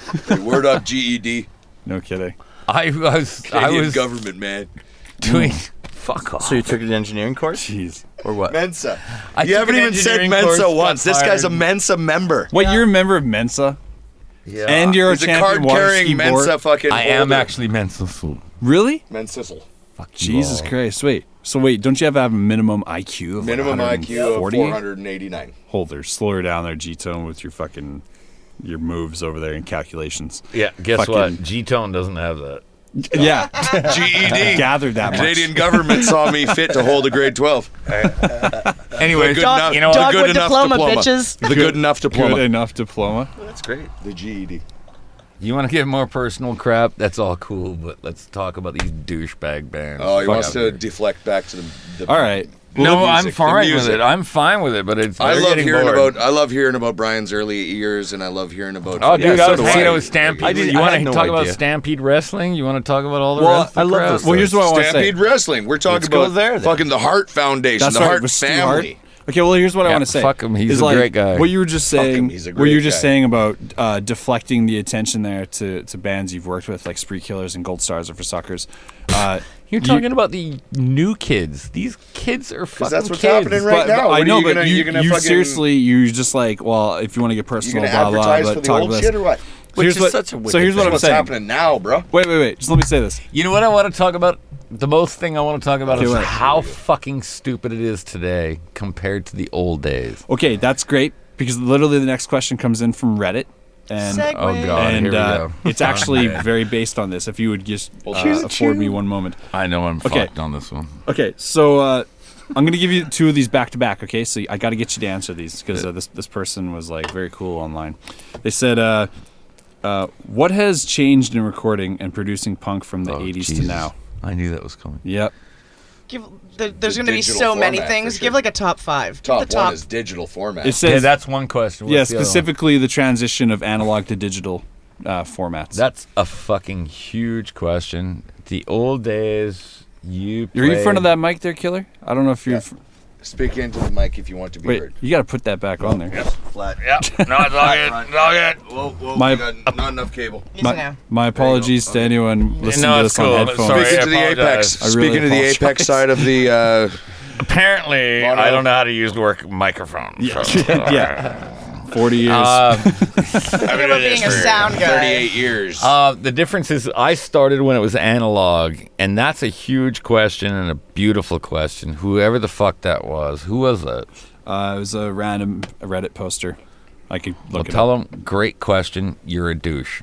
D: Word up, GED.
A: No kidding.
C: I was [laughs] I
D: Canadian
C: was
D: government man.
C: doing fuck off.
B: So you took an engineering course,
A: Jeez.
B: or
C: [laughs]
B: what?
D: Mensa.
C: I
B: you
C: took
B: haven't
C: an
B: even said
C: engineering course,
B: Mensa
C: got
B: once. This guy's a
C: fired.
B: Mensa member.
A: What, you're a member of Mensa?
B: Yeah.
A: and you're
D: He's
A: a
D: a
A: champion
D: card
A: water ski
D: carrying
A: board?
D: Mensa fucking.
C: I am
D: holder.
C: actually mental school.
A: Really?
D: Mensizzle.
A: Jesus Christ. Wait. So wait, don't you have to have a minimum IQ of
D: Minimum
A: like
D: IQ of
A: 140?
D: 489.
A: Hold there. Slow her down there, G-Tone, with your fucking your moves over there and calculations.
C: Yeah, guess
A: Fucking-
C: what? G Tone doesn't have that.
A: Yeah. [laughs]
D: GED.
A: Gathered that much.
D: E Canadian government saw me fit to hold a grade 12.
C: Anyway,
D: Good
E: Dog-
D: enough,
C: you know
D: the
E: what?
D: good
E: Dogwood
D: enough
E: diploma,
D: diploma,
E: bitches.
D: The good enough
A: Good
D: diploma.
A: enough diploma.
B: That's great.
D: The E GED.
C: you want to get more personal crap? That's all cool, but let's talk about these douchebag bands.
D: Oh, he
C: Fuck
D: wants
C: out
D: to
C: of here.
D: deflect back to the. the
A: All right.
D: the
C: No,
D: music,
C: I'm
D: the
C: fine with
D: music.
C: it. I'm fine with it, but it's.
D: I
C: they're
D: love
C: getting
D: hearing
C: bored.
D: about I love hearing about Brian's early years, and I love hearing about.
C: Oh, dude,
D: Yeah,
C: I
D: so
C: was
D: do I.
C: hanging out with Stampede.
B: I did-
C: you
B: I
C: want
B: had
C: to
B: no
C: talk about
B: idea.
C: Stampede wrestling? You want to talk about all the
A: Well,
C: rest? Of the
B: I love
C: crap?
B: those
A: Well, here's what I want to say.
D: Stampede Wrestling. We're talking
B: Let's go
D: about
B: there, then.
D: fucking the Hart Foundation,
A: That's
D: the
A: right,
D: Hart
A: with Stu Hart.
D: family.
A: Okay, well, here's what I
C: Yeah,
A: want to say.
C: fuck him, he's
A: Is
C: a
A: like,
C: great guy.
A: What you were just
D: him,
A: saying,
D: he's a
A: what you were
D: great
A: just
D: guy.
A: saying about uh, deflecting the attention there to, to bands you've worked with, like Spree Killers and Gold Stars are for suckers. Uh,
C: You're talking about the new kids. These kids are fucking
D: that's what's
C: kids.
D: happening right
A: but,
D: now.
A: but
D: What
A: I
D: are
A: know,
D: you
A: but
D: gonna-
A: you,
D: you're gonna
A: you
D: fucking-
A: seriously, you just like, well, if you want to get
D: You
A: personal,
D: gonna
A: blah blah,
D: advertise
A: but
D: for the
A: talk
D: old
A: about
D: shit
A: this.
D: or what?
B: Which
A: here's
B: is
A: what,
B: such a
A: so
B: wicked
A: here's what
D: That's
A: I'm
D: what's
A: saying.
D: happening now, bro.
A: Wait, wait, wait. Just let me say this.
C: You know what I want to talk about? The most thing I want to talk about
A: Okay,
C: is
A: what?
C: how fucking stupid it is today compared to the old days.
A: Okay, that's great because literally the next question comes in from Reddit, and
E: Seg-
C: Oh
E: Wait.
C: god, here
A: and
C: we
A: uh,
C: go. [laughs]
A: it's actually very based on this. If you would just uh, afford me one moment.
C: I know I'm
A: Okay.
C: fucked on this one.
A: Okay, so uh, I'm gonna give you two of these back to back. Okay, so I got to get you to answer these because uh, this this person was like very cool online. They said, uh, uh, "What has changed in recording and producing punk from the
B: Oh,
A: '80s to
B: Jesus.
A: now?"
B: I knew that was coming.
A: Yep.
E: Give, the, there's
D: The
E: going to be
D: digital
E: so many
D: format, for
E: things.
D: sure.
E: Give like a top five. Give
D: Top,
E: the top
D: one is digital format.
A: It says
C: Yeah, that's one question.
A: yeah,
C: What's the other one?
A: specifically the transition of analog to digital uh, formats.
C: That's a fucking huge question. The old days, you.
A: You're in front of
C: played-
A: that mic there, killer. I don't know if you're.
D: Yeah. Speak into the mic if you want to be
A: Wait,
D: heard.
A: you got to put that back on there.
D: Flat.
A: [laughs]
C: No, it's all good. It's all good.
D: Whoa, whoa,
A: My-
D: we got not enough cable.
E: Easy
A: My,
E: now.
A: my apologies to anyone listening
C: No,
A: to
C: it's
A: this
C: cool.
A: on
C: I'm
A: headphones.
C: sorry. I
D: Speaking to the apex.
C: apologize.
A: I really
D: Speaking to the apex
A: apologize.
D: side of the. Uh,
C: Apparently,
D: Mono.
C: I don't know how to use work microphone. [laughs] Yeah.
A: [laughs] yeah,
C: [laughs]
A: forty years.
C: Uh,
E: I remember being a sound guy.
D: 38 years.
C: Uh, the difference is I started when it was analog, and that's a huge question and a beautiful question. Whoever the fuck that was, who was that?
A: Uh, it was a random Reddit poster. I could look
C: Well,
A: it
C: tell
A: up.
C: them, great question. You're a douche.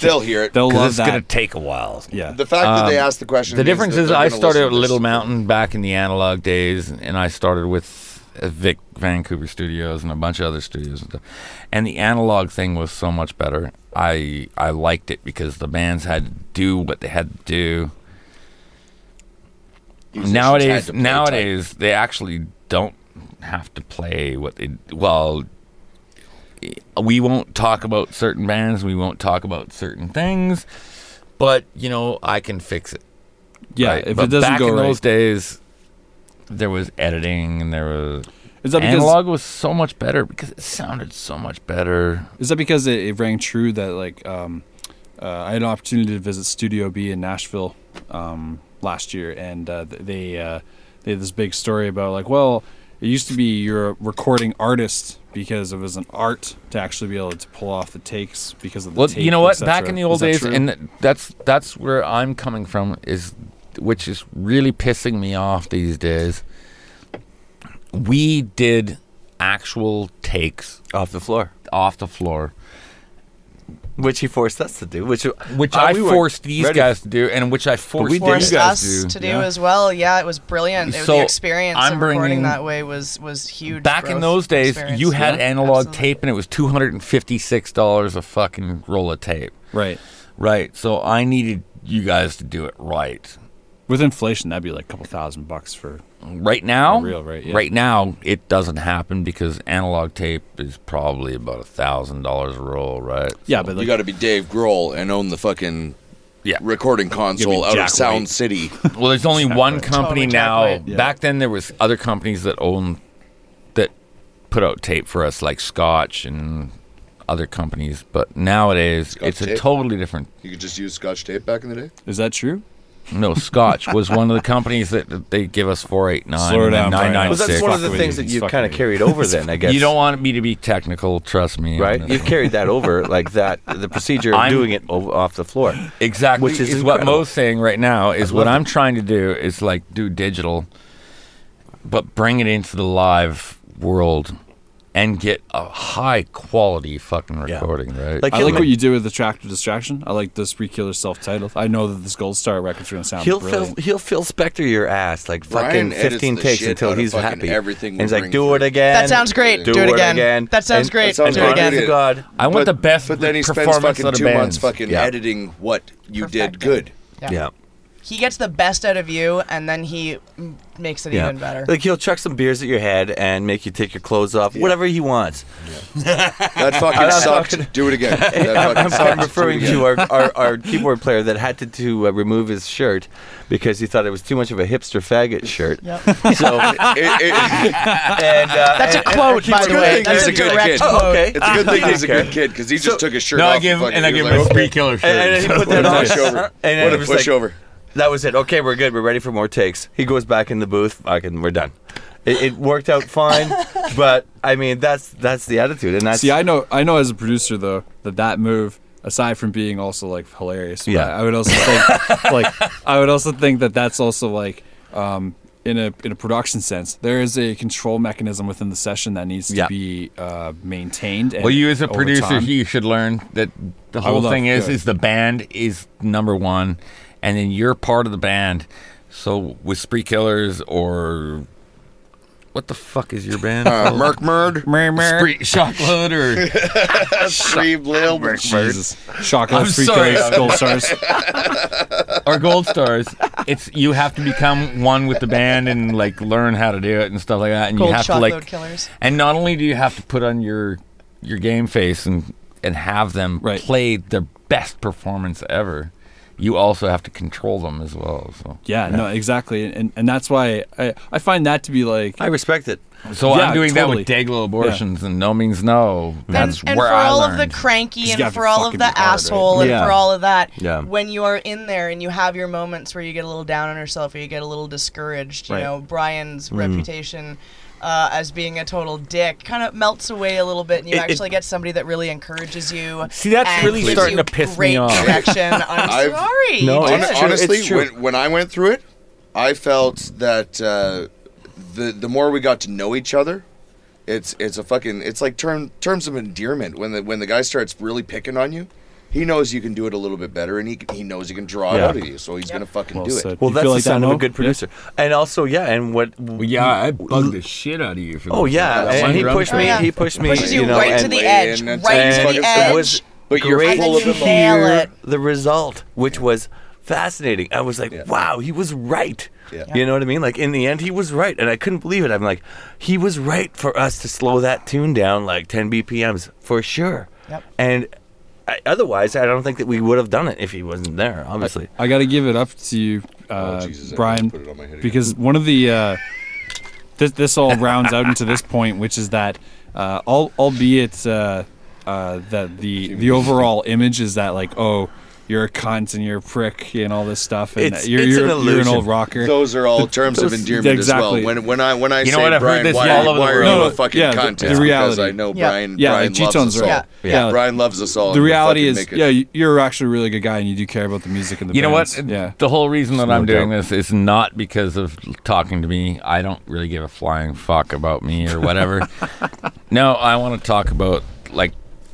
D: They'll hear it.
A: They'll um,
C: 'Cause
A: love
C: it's gonna
A: that.
C: take a while.
A: yeah.
D: the fact that they asked the question.
C: The
D: means
C: difference
D: that
C: is
D: they're
C: I
D: gonna
C: started
D: listen
C: at
D: to this.
C: Little Mountain back in the analog days, and I started with uh, Vic Vancouver Studios and a bunch of other studios and stuff. And the analog thing was so much better. I I liked it because the bands had to do what they had to do.
D: Musicians had
C: nowadays
D: to play
C: nowadays they actually don't have to play what they well we won't talk about certain bands we won't talk about certain things but you know i can fix it
A: yeah,
C: right?
A: if
C: but
A: it doesn't
C: back
A: go
C: in
A: right,
C: those days there was editing and there was
A: is that because
C: analog was so much better because it sounded so much better
A: is that because it, it rang true that like um, uh, I had an opportunity to visit Studio B in Nashville um, last year, and uh, th- they uh, they had this big story about like, well, it used to be you're a recording artist because it was an art to actually be able to pull off the takes because of the
C: Well,
A: tape,
C: you know what?
A: et
C: Back
A: cetera.
C: in the
A: Is
C: old
A: that
C: days,
A: true?
C: and th- that's that's where I'm coming from is, which is really pissing me off these days. We did actual takes
B: Off the floor,
C: off the floor,
B: which he forced us to do. Which
C: which
B: uh,
C: I
B: we weren't
C: forced these
B: ready
C: guys to do, and which I forced
B: we
C: you
B: did.
E: forced
C: guys
E: us
C: do.
E: to do
A: Yeah.
E: as well. Yeah, it was brilliant. It,
C: So,
E: the experience
C: I'm
E: of recording
C: bringing-
E: that way was was huge.
C: Back in
E: growth
C: those days,
E: experience.
C: you had
E: Yeah,
C: analog
E: absolutely.
C: tape, and it was two hundred and fifty-six dollars a fucking roll of tape.
A: right
C: Right. So I needed you guys to do it right.
A: with inflation, that'd be like a couple thousand bucks for
C: Right now,
A: real, right, yeah.
C: now, it doesn't happen because analog tape is probably about a thousand dollars a roll, right?
A: yeah, but
D: You
A: like
D: got to be Dave Grohl and own the fucking
C: Yeah.
D: recording console out
A: Jack
D: of Sound
A: White. [laughs]
D: City.
C: Well, there's only one company
E: Totally
C: now.
E: chocolate.
A: Yeah.
C: Back then, there was other companies that owned that put out tape for us, like Scotch and other companies. But nowadays,
D: Scotch
C: it's a
D: tape?
C: totally different.
D: You could just use Scotch tape back in the day.
A: is that true?
C: No, Scotch was one of the companies that, that they give us four eight nine
A: Slow
C: and
A: down, Brian. Well,
C: nine nine
B: Well, that's
C: six.
B: one of the
A: Fucking with you.
B: things that
A: He's
B: you've
A: fucking
B: kind of
A: with you.
B: carried over.
C: [laughs]
B: Then I guess
C: You don't want me to be technical. Trust me. on
B: right?
C: this
B: You've
C: one.
B: carried that over like that. The procedure of
C: I'm-
B: doing it o- off the floor.
C: Exactly,
B: Which is
C: what
B: incredible.
C: Mo's saying right now. Is what I'm trying to do is like do digital, but bring it into the live world, and get a high quality fucking recording. Right?
B: Like
A: I
B: Kill
A: like
B: me.
A: what you did with the track to distraction. I like this free killer self titled. I know that this Gold Star record's gonna sound
B: He'll Phil,
A: brilliant.
B: he'll Phil Spector your ass like
D: Brian
B: fucking
D: edits
B: 15
D: the
B: takes
D: shit
B: until
D: out of
B: he's
D: fucking
B: happy.
D: everything
B: and
D: we
B: he's like,
D: bring
B: do
D: through.
B: it again.
E: That sounds great.
B: Do,
E: Do it
B: it
E: again.
B: again.
E: That sounds
B: And-
E: great.
D: That sounds
E: Do it
D: great.
E: again.
B: Honest to God,
C: I want
D: But-
C: the best
D: But then he spends
C: performance
D: fucking
C: out of
D: two
C: bands.
D: months fucking
C: Yeah.
D: editing what you
E: Perfected.
D: did good.
E: Yeah.
B: yeah.
E: He gets the best out of you, and then he mm, makes it
B: Yeah.
E: even better.
B: Like he'll chuck some beers at your head and make you take your clothes off, whatever he wants.
D: That fucking sucked. Do it again. That fucking
B: I'm,
D: sucked.
B: I'm referring
D: Do it again.
B: to our, our, our keyboard player that had to, to uh, remove his shirt because he thought it was too much of a hipster faggot shirt.
E: Yep.
B: So,
D: It- it-
B: and, uh,
E: That's a
B: and- and our
E: quote, by
B: keyboard
E: the way.
B: player-
D: He's
E: That's
D: a good
E: direct
D: kid.
E: quote.
B: Oh, okay.
D: it's a good thing he's a good
B: Okay.
D: kid because he just took his shirt
C: No,
D: off.
C: I give him
D: fucking-
C: and I
D: he
C: give
D: was
C: him a
D: like,
C: free killer shirt.
B: And, and then he put
C: so- [laughs]
B: that
D: What a
B: on.
D: pushover.
B: And
D: What a
B: it was like-
D: pushover.
B: Ah. that was it. Okay, we're good. We're ready for more takes. He goes back in the booth. Fucking, we're done. It, it worked
E: [laughs]
B: out fine, but I mean, that's that's the attitude, and that's
A: See, I know, I know as a producer though that that move, aside from being also like hilarious, yeah,
B: Yeah.
A: I would also
C: [laughs]
A: think like I would also think that that's also like um, in a in a production sense, there is a control mechanism within the session that needs to
B: Yeah.
A: be uh, maintained. And
C: Well, you as a
A: over
C: producer,
A: time-
C: you should learn that the whole
A: will,
C: thing is
A: yeah.
C: is the band is number one, and then you're part of the band. So with Spree Killers or What the fuck is your band?
D: Uh,
C: called?
D: Merc Murd.
C: Spree Shockload or
D: Three little
A: Jesus. Chocolate,
C: I'm
A: free
C: sorry.
A: cakes, gold stars.
C: [laughs] or Gold Stars? It's you have to become one with the band and like learn how to do it and stuff like that. And
E: Gold
C: you have to
E: shot
C: like
E: killers.
C: And not only do you have to put on your your game face and and have them
A: Right.
C: play their best performance ever, you also have to control them as well. So,
A: Yeah, no, exactly. And, and that's why I, I find that to be like,
B: I respect it.
C: so
A: Yeah,
C: I'm doing
A: totally.
C: that with Daglo abortions and no means no. That's
E: and, and
C: where
E: for
C: I
E: all
C: learned.
E: of the cranky
A: gotta
E: and for all
A: fucking
E: of
A: be
E: the
A: hard, right?
E: asshole and
B: Yeah.
E: for all of that,
B: Yeah.
E: when you are in there and you have your moments where you get a little down on yourself or you get a little discouraged, you
A: Right.
E: know, Brian's
C: Mm-hmm.
E: reputation uh, as being a total dick kind of melts away a little bit, and you
B: It- it-
E: actually get somebody that really encourages you.
C: See, that's
E: and
C: really
E: gives
C: starting
E: you
C: to piss me
E: great
C: off. [laughs]
E: Direction. I'm
D: I've-
E: sorry.
C: No,
D: Hon-
C: it's true,
D: honestly,
C: it's true.
D: When, when I went through it, I felt that uh, the the more we got to know each other, it's it's a fucking it's like term, terms of endearment. When the when the guy starts really picking on you, he knows you can do it a little bit better, and he can- he knows he can draw it
B: Yeah.
D: out of you, so he's gonna fucking
A: well
D: do
A: said.
D: it.
B: Well,
A: You
B: that's
A: feel
B: the
A: like that,
B: sound of
A: Mo?
B: a good producer. And also, yeah, and what?
C: yeah, I bugged the shit out of you for
B: Oh yeah,
C: that one
B: and he
C: drum
B: pushed
C: set.
B: me.
E: Oh, yeah.
B: He pushed me.
E: Pushes you,
B: know,
E: right to
B: and-
E: the
D: way
E: edge,
D: in and
E: right
D: saying,
E: to the
D: "Fuck
E: edge.
B: It was
D: But you're
B: great
D: full of
E: you
D: it.
E: nail
B: hear
E: it.
B: the result, which was fascinating. I was like, wow, he was right.
D: Yeah.
B: You know what I mean? Like in the end, he was right, and I couldn't believe it. I'm like, he was right for us to slow that tune down like 10 BPMs for sure.
E: Yep.
B: And I, otherwise, I don't think that we would have done it if he wasn't there. Obviously,
A: I got to give it up to you, uh,
D: Oh, Jesus, I
A: Brian,
D: almost put it on my head again.
A: because one of the uh, this this all rounds out into this point, which is that, uh, al- albeit uh, uh, that the the overall image is that like oh you're a cunt and you're a prick and all this stuff and
B: It's-
A: you're
B: it's
A: you're,
B: an
A: you're an
B: illusion.
A: old rocker. [laughs]
D: Those are all terms of endearment as
A: exactly.
D: well. When when I when I
C: You
D: say
C: know what, I've heard
D: Brian,
C: this
D: why,
C: all
D: are-
C: over
D: why
C: the
D: are
C: world.
D: you
A: No,
D: a
A: no,
D: fucking
A: yeah, the-
D: contest?
A: the reality.
D: Because I know
E: Yeah.
D: Brian.
A: Yeah,
D: Brian
A: like,
D: loves
A: G-Tone's
D: us all.
A: right. Yeah. Yeah.
D: Brian loves us all.
A: the
D: We'll
A: reality
D: fucking
A: is
D: make it.
A: yeah you- you're actually a really good guy and you do care about the music and the
C: You know what?
A: bands. Yeah.
C: The whole reason that
B: no
C: I'm doing
B: doubt.
C: this is not because of talking to me. I don't really give a flying fuck about me or whatever. no, I want to talk about like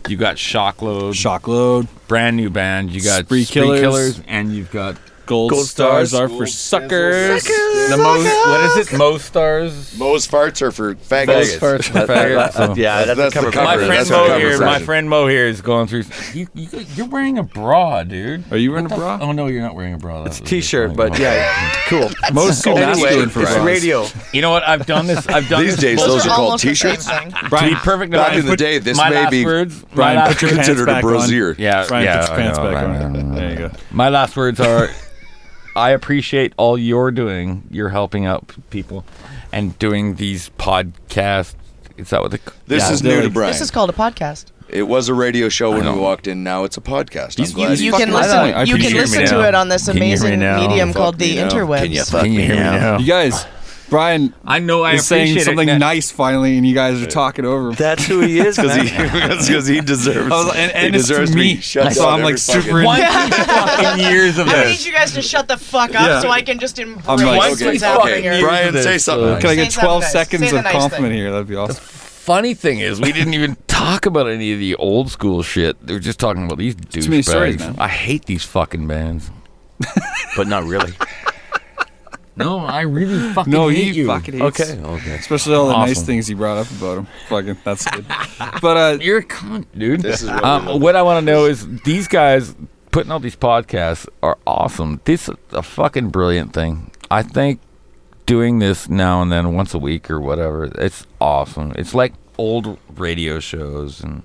C: you got Shockload,
A: Shock load,
C: brand new band. You got
A: Spree
C: Spree,
A: Killers.
C: Killers. and you've got
A: gold,
B: Gold
A: stars,
B: stars,
A: are for suckers.
C: the most. What is it? Most stars.
D: Moe's farts are for
B: Faggots.
D: faggots.
C: First,
B: That- that- that-
C: yeah.
B: yeah, that's,
D: That's
B: a cover.
D: the cover.
C: My
D: That's
C: friend
D: a
C: Mo
D: cover
C: here. My
D: version.
C: friend Mo here is going through. You, you, you're wearing a bra, dude.
A: Are you wearing a bra?
C: Oh no, you're not wearing a bra. It's
B: T-shirt, but
D: [laughs]
B: yeah, cool.
A: Most too
D: Anyway,
A: masculine for
B: It's
A: bras.
B: radio.
C: You know what? I've done this. I've done
D: These
C: this
D: days,
C: bullshit.
D: those are called
E: almost the same
D: t-shirts.
E: thing.
A: Brian,
C: to be perfect,
D: Back
C: I
D: in the
C: put
D: day, this
C: my
D: may
C: last
D: be
C: words, my
A: Brian,
C: last
A: put your
C: words-
A: pants
D: Considered a
A: back on.
D: brassiere.
C: Yeah,
A: Brian,
C: yeah,
A: put your
C: I
A: pants
C: know,
A: back
C: I
A: on.
C: know.
A: There you go.
C: My last words are, I appreciate all you're doing. You're helping out people and doing these podcasts. Is that what the?
D: This
A: Yeah,
D: is
A: they're
D: new to
A: like-
D: Brian.
E: This is called a podcast.
D: it was a radio show when we walked in. Now it's a podcast. I'm
E: You,
D: glad
E: you
D: fucking
E: can
D: like
E: listen.
D: that.
C: I
E: you
C: appreciate
E: can
C: it.
E: listen
C: Now.
E: to it on this
C: Can you hear me
E: amazing
C: now?
E: medium
D: Fuck
E: called
D: me
E: the
D: now.
E: interwebs.
D: Can you fuck
C: Can you
D: me
C: hear me
D: now?
C: now?
A: You guys, Brian
C: I know I
A: is saying
C: appreciate
A: something
C: it. Nick.
A: nice finally, and you guys are talking over him.
B: That's who he
D: [laughs]
B: is. man.
D: because he deserves.
A: I was like, and, and
D: he
A: it's to
D: deserves
A: me,
D: me. Shut
A: so
D: up
A: I'm
D: every
A: like
D: fucking-
A: super.
C: One fucking years [laughs] of
E: I
C: this.
E: need you guys to shut the fuck up
A: Yeah.
E: so I can just embrace
A: like,
E: what's
D: okay,
E: happening
D: okay,
E: here.
D: Brian,
C: This
D: say
C: is
D: something.
C: like-
A: Can I
E: Say
A: get 12
E: something nice.
A: seconds
E: Say the
A: of
E: nice
A: compliment
E: thing.
A: here? That'd be awesome.
C: Funny thing is,
D: [laughs]
C: we didn't even talk about any of the old school shit. They were just talking about these
A: many stories, man.
C: douchebags. I hate these fucking bands.
D: [laughs]
B: but not really.
C: [laughs] No, I really fucking
A: No,
C: hate
A: he
C: you.
A: fucking hates.
B: Okay, okay.
A: Especially all the nice
C: Awesome.
A: things he brought up about him. Fucking, that's good. But uh,
C: You're a cunt, dude.
D: This is what we
C: um,
D: love.
C: what I want to know is these guys putting out these podcasts are awesome. This is a fucking brilliant thing. I think doing this now and then, once a week or whatever, it's awesome. It's like old radio shows and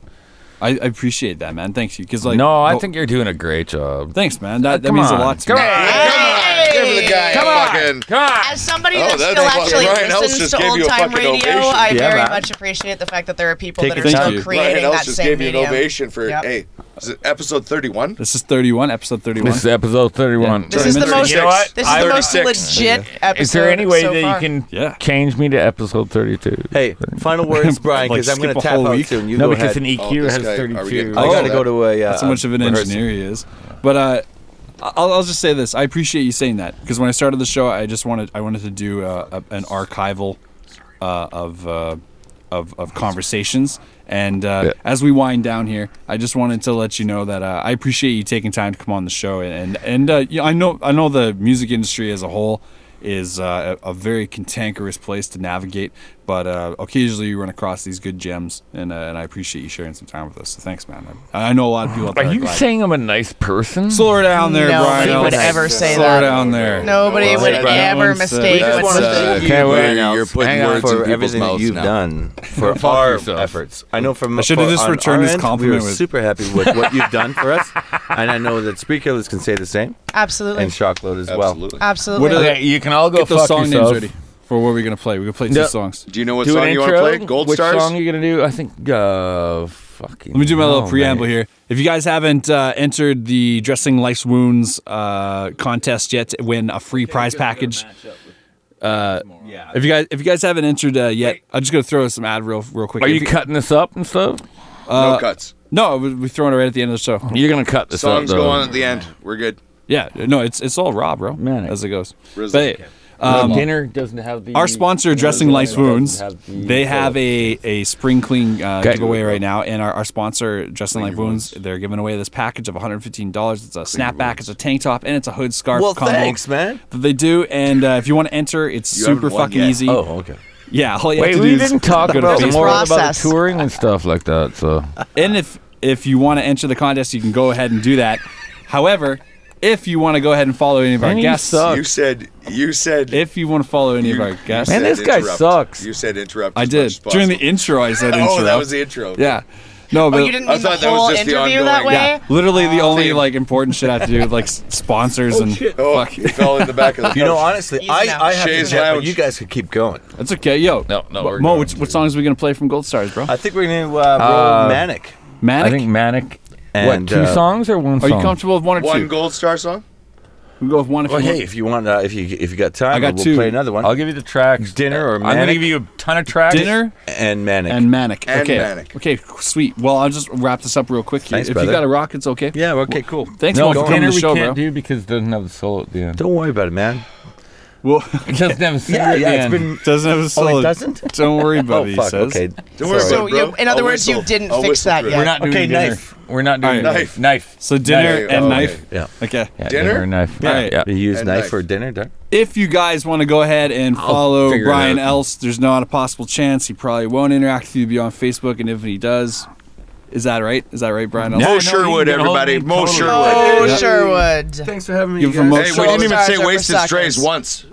A: I, I appreciate that, man. Thanks you, because like,
C: no, I
A: oh,
C: think you're doing a great job.
A: thanks, man. That, that
C: Come
A: means
C: on.
A: a lot to
C: Come
A: me.
C: on.
D: Give the guy
C: Come
D: a
C: on.
D: fucking.
C: Come on.
E: As somebody
D: Oh,
E: that
D: that-
E: still
D: that-
E: actually
D: Brian Ellis
E: listens
D: just
E: to
D: gave
E: old
D: you a
E: time
D: fucking
E: radio,
D: ovation.
E: I
B: Yeah,
E: very
B: man.
E: much appreciate the fact that there are people
B: Take
E: that are
B: your
E: still
A: time.
D: Brian
E: creating
D: Ellis
E: that
D: just
E: same
D: gave you an
E: medium.
D: ovation for
E: Yep.
D: hey, is it episode thirty-one.
A: This is 31, episode 31.
C: This is episode 31.
A: Yeah.
E: This is the
A: Minutes.
E: most.
A: You know
D: what?
E: This is the most
D: 36.
E: legit episode.
C: Is there any way
E: so
C: that
E: far.
C: you can
A: Yeah.
C: change me to episode 32?
A: [laughs]
B: Hey, final words, Brian,
A: Like,
B: because I'm going
A: skip a
B: to tap
A: whole
B: out
A: week?
B: soon. You
C: no,
B: go
C: because
B: ahead.
C: an
D: Oh,
C: EQ
D: this
C: has
D: guy- are we
C: 32.
D: getting-
B: I
A: Oh,
B: got to go to a. Uh,
A: That's how much of an
B: rehearsal.
A: engineer he is. But uh, I'll, I'll just say this: I appreciate you saying that because when I started the show, I just wanted I wanted to do uh, a, an archival uh, of, uh, of of conversations. And uh,
C: Yeah.
A: as we wind down here, I just wanted to let you know that uh, I appreciate you taking time to come on the show. And and uh, you know, I know I know the music industry as a whole is uh, a a very cantankerous place to navigate, But uh, occasionally you run across these good gems, and, uh, and I appreciate you sharing some time with us. So thanks, man. I, I know a lot of people. Out there
C: Are you
A: glad.
C: saying I'm a nice person?
A: Slow her down there,
E: Nobody
A: Brian.
E: would
A: Ellis.
E: ever say
A: Slow
E: that.
A: her down there.
E: Nobody
D: Well,
E: would
D: hey,
A: Brian,
E: ever
A: what's, uh,
E: mistake
A: That's,
E: what's
B: uh,
E: the-
B: you,
C: can't wait.
B: Brian, You're putting
C: Hang on.
B: words
C: For
B: in people's
G: everything that
B: mouths
G: you've
B: now.
G: done.
B: [laughs] for
C: Fuck
B: our
C: yourself.
B: efforts. I know from
A: I should've
B: for-
A: just
B: on
A: returned
B: our
A: his
B: end,
A: compliment
B: We are
A: with-
B: super happy with what you've done for us, and I know that spree killers can say the same,
E: Absolutely.
B: and shockload as
G: Absolutely.
E: Absolutely.
A: What are
C: Okay, you can all go
A: uh, Get those
C: fuck
A: song
C: yourself.
A: names ready for what we're gonna play. We're gonna play two
C: No.
A: songs.
D: Do you know what
C: do an
D: song you want to
C: intro.
D: play? Gold
C: Which
D: Stars?
C: song are you gonna do? I think. Uh, fucking. oh,
A: Let me do my little
C: hell,
A: preamble
C: mate.
A: here. If you guys haven't uh, entered the Dressing Life's Wounds uh, contest yet to win a free prize package, uh,
G: Yeah.
A: if you guys if you guys haven't entered uh, yet, I'm just gonna throw some ad real real quick.
C: Are
A: If
C: you cutting this up and stuff?
D: no cuts.
A: no, we- we're throwing it right at the end of the show.
C: You're gonna cut this
D: Songs
C: up.
D: go
C: though.
D: on at the end. We're good.
A: Yeah, no, it's it's all raw, bro.
C: Man,
A: as it goes.
D: Grizzly.
A: But hey, um,
C: dinner doesn't have the.
A: our sponsor, Dressing Life's
C: doesn't
A: Wounds,
C: have the-
A: they have a, a spring clean uh,
C: Okay.
A: giveaway right now. And our, our sponsor, Dressing Life Wounds, they're giving away this package of $115. It's a snapback, it's a tank top, and it's a hood scarf
B: Well,
A: combo
B: thanks, man.
A: that they do. And uh, if you want to enter, it's
D: You haven't
A: super
D: won
A: fucking
D: yet.
A: easy.
B: Oh, okay.
A: Yeah, all you have
C: Wait,
A: to
C: we
A: do is [laughs]
C: didn't talk
A: go to
C: about
A: Facebook.
C: more about
E: Process.
C: touring and stuff like that. So
A: And if if you want to enter the contest, you can go ahead and do that. However, if you want to go ahead and follow any of our
C: Man, you
A: guests,
C: suck.
D: You said you said
A: if you want to follow any
D: you,
A: of our
D: you
A: guests,
C: Man,
D: said
C: this guy
D: interrupt.
C: sucks.
D: You said interrupt.
A: I
D: as
A: did
D: much as
A: during the
D: possible.
A: intro. I said
D: [laughs] Oh,
A: intro.
D: that was the intro.
A: Yeah. No, but
E: Oh, you didn't
D: I
E: mean the
D: thought that was
E: whole
D: just the
E: interview that way?
D: ongoing-
A: yeah, literally the only
D: Same.
A: like important shit I have to do with
D: [laughs]
A: like s- sponsors and
D: Oh,
A: fuck.
D: he fell in the back of the.
B: [laughs] You know,
D: couch.
B: honestly,
E: He's
B: I,
E: now
B: I have to
D: Shay's
B: jet, but
D: Lounge.
B: you guys could keep going.
A: That's okay, yo.
C: No, no,
A: Mo-
C: we're
A: Mo,
C: going
A: which,
C: to-
A: what songs are we gonna play from Gold Stars, bro?
B: I think we're gonna uh, roll
C: Uh,
B: manic.
A: Manic.
C: I think manic.
B: And,
C: what two
B: uh,
C: songs or
A: are
C: one song?
A: you comfortable with one or
D: one
A: two?
D: gold star song.
A: we go with one. If
B: Well,
A: you
B: hey,
A: want.
B: if you want, uh, if you if you got time,
A: I got
B: we'll
A: two.
B: play another one.
C: I'll give you the tracks.
B: Dinner or
C: I'm gonna
B: manic?
C: give you a ton of tracks.
A: dinner
B: and manic.
A: and manic.
D: And
A: okay.
D: Manic.
A: Okay, sweet. Well, I'll just wrap this up real quick. here.
B: Thanks,
A: if
B: brother.
A: you got a rock, it's okay.
B: yeah. Okay. Cool.
A: Thanks
C: No,
A: Mo, for coming
C: dinner
A: to the
C: we
A: show,
C: can't
A: bro.
C: do because it doesn't have the solo at the
B: [laughs]
C: end.
B: Don't worry about it, man.
A: Well, [laughs]
C: It doesn't have a solo at the end.
A: doesn't have a
B: Oh,
A: solo.
B: it doesn't.
A: Don't worry about
B: Oh
A: it. he
B: fuck.
A: says.
B: Okay.
D: Don't worry
E: So,
D: about it, bro.
E: you- in other
D: I'll
E: words, you
D: whistle.
E: didn't
D: I'll
E: fix
D: whistle
E: that
D: through
E: yet.
D: it.
C: We're not doing
B: Okay,
C: dinner.
B: knife.
C: We're not doing
A: All right.
C: knife. Knife.
A: So dinner
D: Knife.
A: and
D: Oh,
A: knife.
D: okay.
B: Yeah.
A: Okay.
C: Yeah,
D: Dinner?
C: or knife.
A: Yeah.
C: Yeah.
B: You use
D: And
B: knife,
D: knife.
B: for dinner, Doc?
A: if you guys want to go ahead and follow
C: figure it
A: Brian
C: out.
A: Else, there's not a possible chance he probably won't interact with you beyond Facebook, and if he does, is that right? Is that right, Brian Else?
D: Mo
C: no,
D: Sherwood,
C: you can hold
D: everybody.
C: me
D: Mo
C: totally.
D: Sherwood.
E: Oh,
A: Yeah.
E: Sherwood.
B: Thanks for having me.
A: Give him a
D: Hey, we
A: Sherwood.
D: didn't even say
E: Stars are
D: wasted
E: for
D: strays
E: suckers.
D: [laughs] once.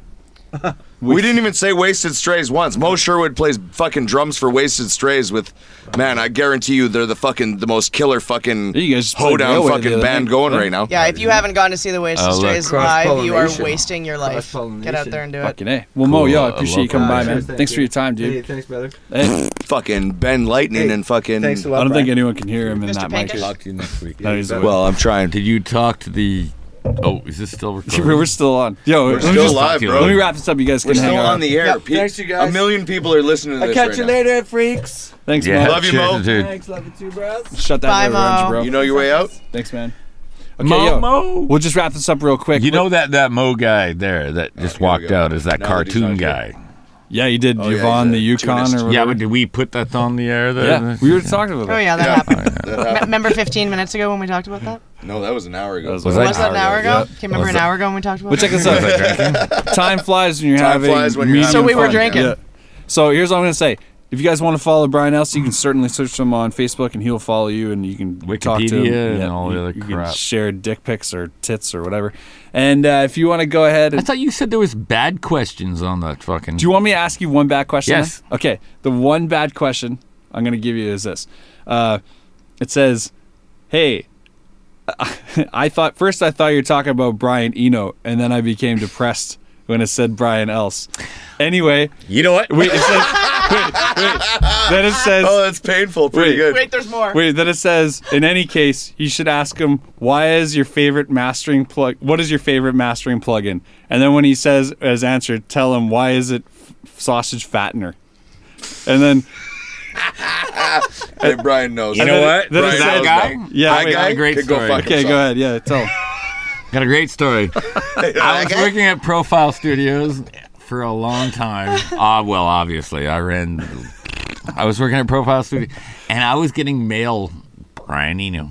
D: We didn't even say wasted strays once. Mo Sherwood plays fucking drums for wasted strays with, man. I guarantee you, they're the fucking the most killer fucking
A: You guys just played
D: hoedown
A: Railway the
D: fucking
A: other
D: band
A: night.
D: going right now.
E: Yeah, if you haven't gone to see the Wasted
C: Oh, look,
E: Strays live, you are
B: cross-pollination.
E: wasting your life. Get out there and do it.
A: Fucking A. Well, Mo,
C: Cool,
A: yo,
C: I
A: I appreciate
C: love
A: you coming
C: that.
A: by, man. Thanks for your time, dude.
G: thanks, brother.
B: Hmm.
A: Hey,
D: Fucking Ben Lightning and fucking.
G: Thanks a
A: I
G: lot.
A: don't think
G: Brian.
A: anyone can hear him in
E: Mr.
A: that mic.
E: Pankaj?
C: Talk to you next week.
A: No, he's away.
D: Well, I'm trying.
C: Did you talk to the? Oh, is this still
A: [laughs]
C: recording?
A: We're still on. Yo, let me
D: still
A: just-
D: live, bro.
A: Let me wrap this up. You guys
D: We're
A: can
D: still
A: hang
D: on the air.
G: Yeah,
D: Pe-
G: thanks, you guys.
D: A million people are listening to this right now.
G: later, freaks.
A: Thanks,
C: yeah,
A: Mo.
D: Love you,
C: cheers,
D: Mo.
C: dude.
G: Thanks, love you too, bros.
A: Shut that
E: Bye,
A: door, orange,
E: Mo.
A: bro.
D: You know your way out.
A: [laughs] Thanks, man. Okay,
C: Mo,
A: yo,
C: Mo.
A: we'll just wrap this up real quick.
C: You know that that Mo guy there that just
D: we
C: walked
D: go.
C: out is that
D: Now that he's
C: cartoon
D: not
C: guy.
D: here.
A: yeah, you did
D: Oh, yeah,
A: Yvonne
D: he's a
A: the Yukon
D: tunist.
A: or
C: Yeah,
A: whatever.
C: but did we put that on the air? There? [laughs]
A: yeah, we were talking about that.
E: Oh, yeah, that
D: Yeah.
E: happened. Me- remember 15 minutes ago when we talked about that?
D: No, that was an hour ago.
A: Was
C: Like
E: Was that an hour ago?
A: yeah.
E: Can you remember
C: Was
E: an hour ago when we talked about
A: But check
E: that?
A: this [laughs]
D: [laughs]
A: out. Time flies when you're
D: Time
A: having.
D: flies when you're
A: medium
E: So we were
A: fun.
E: drinking.
A: Yeah. So here's what I'm gonna say. If you guys want to follow Brian Ellis, you can certainly search him on Facebook, and he'll follow you, and you can talk to him.
C: Wikipedia and all the
A: you-
C: other
A: you Can
C: crap.
A: share dick pics or tits or whatever. And uh, if you want to go ahead,
C: I
A: and,
C: thought you said there was bad questions on that fucking.
A: do you want me to ask you one bad question?
C: Yes.
A: then? Okay. The one bad question I'm gonna give you is this. Uh, it says, "Hey." [laughs] I thought first I thought you were talking about Brian Eno, and then I became depressed when it said Brian Else. Anyway,
C: you know what?
A: Wait, it says. wait, wait. Then
C: [laughs]
A: it says.
D: Oh, that's painful. Pretty
A: Wait.
E: [laughs]
D: good.
E: Wait, there's more.
A: Wait, then it says. In any case, you should ask him why is your favorite mastering plug? What is your favorite mastering plugin? And then when he says as answer, tell him why is it f- sausage fattener? And then
D: Hey, Brian knows.
C: You know
A: then-
C: what?
A: then
D: Brian
A: it's
D: knows
A: that
C: guy?
D: now.
A: Yeah,
D: That
A: wait,
D: guy
C: a great
D: could go
C: story.
D: fuck
A: okay,
D: himself.
A: go ahead. Yeah,
C: [laughs]
A: tell. Him.
C: Got a great story. I was working at Profile Studios for a long time. Ah, well, obviously, I ran. I was working at Profile Studio, and I was getting mail. Brian Eno.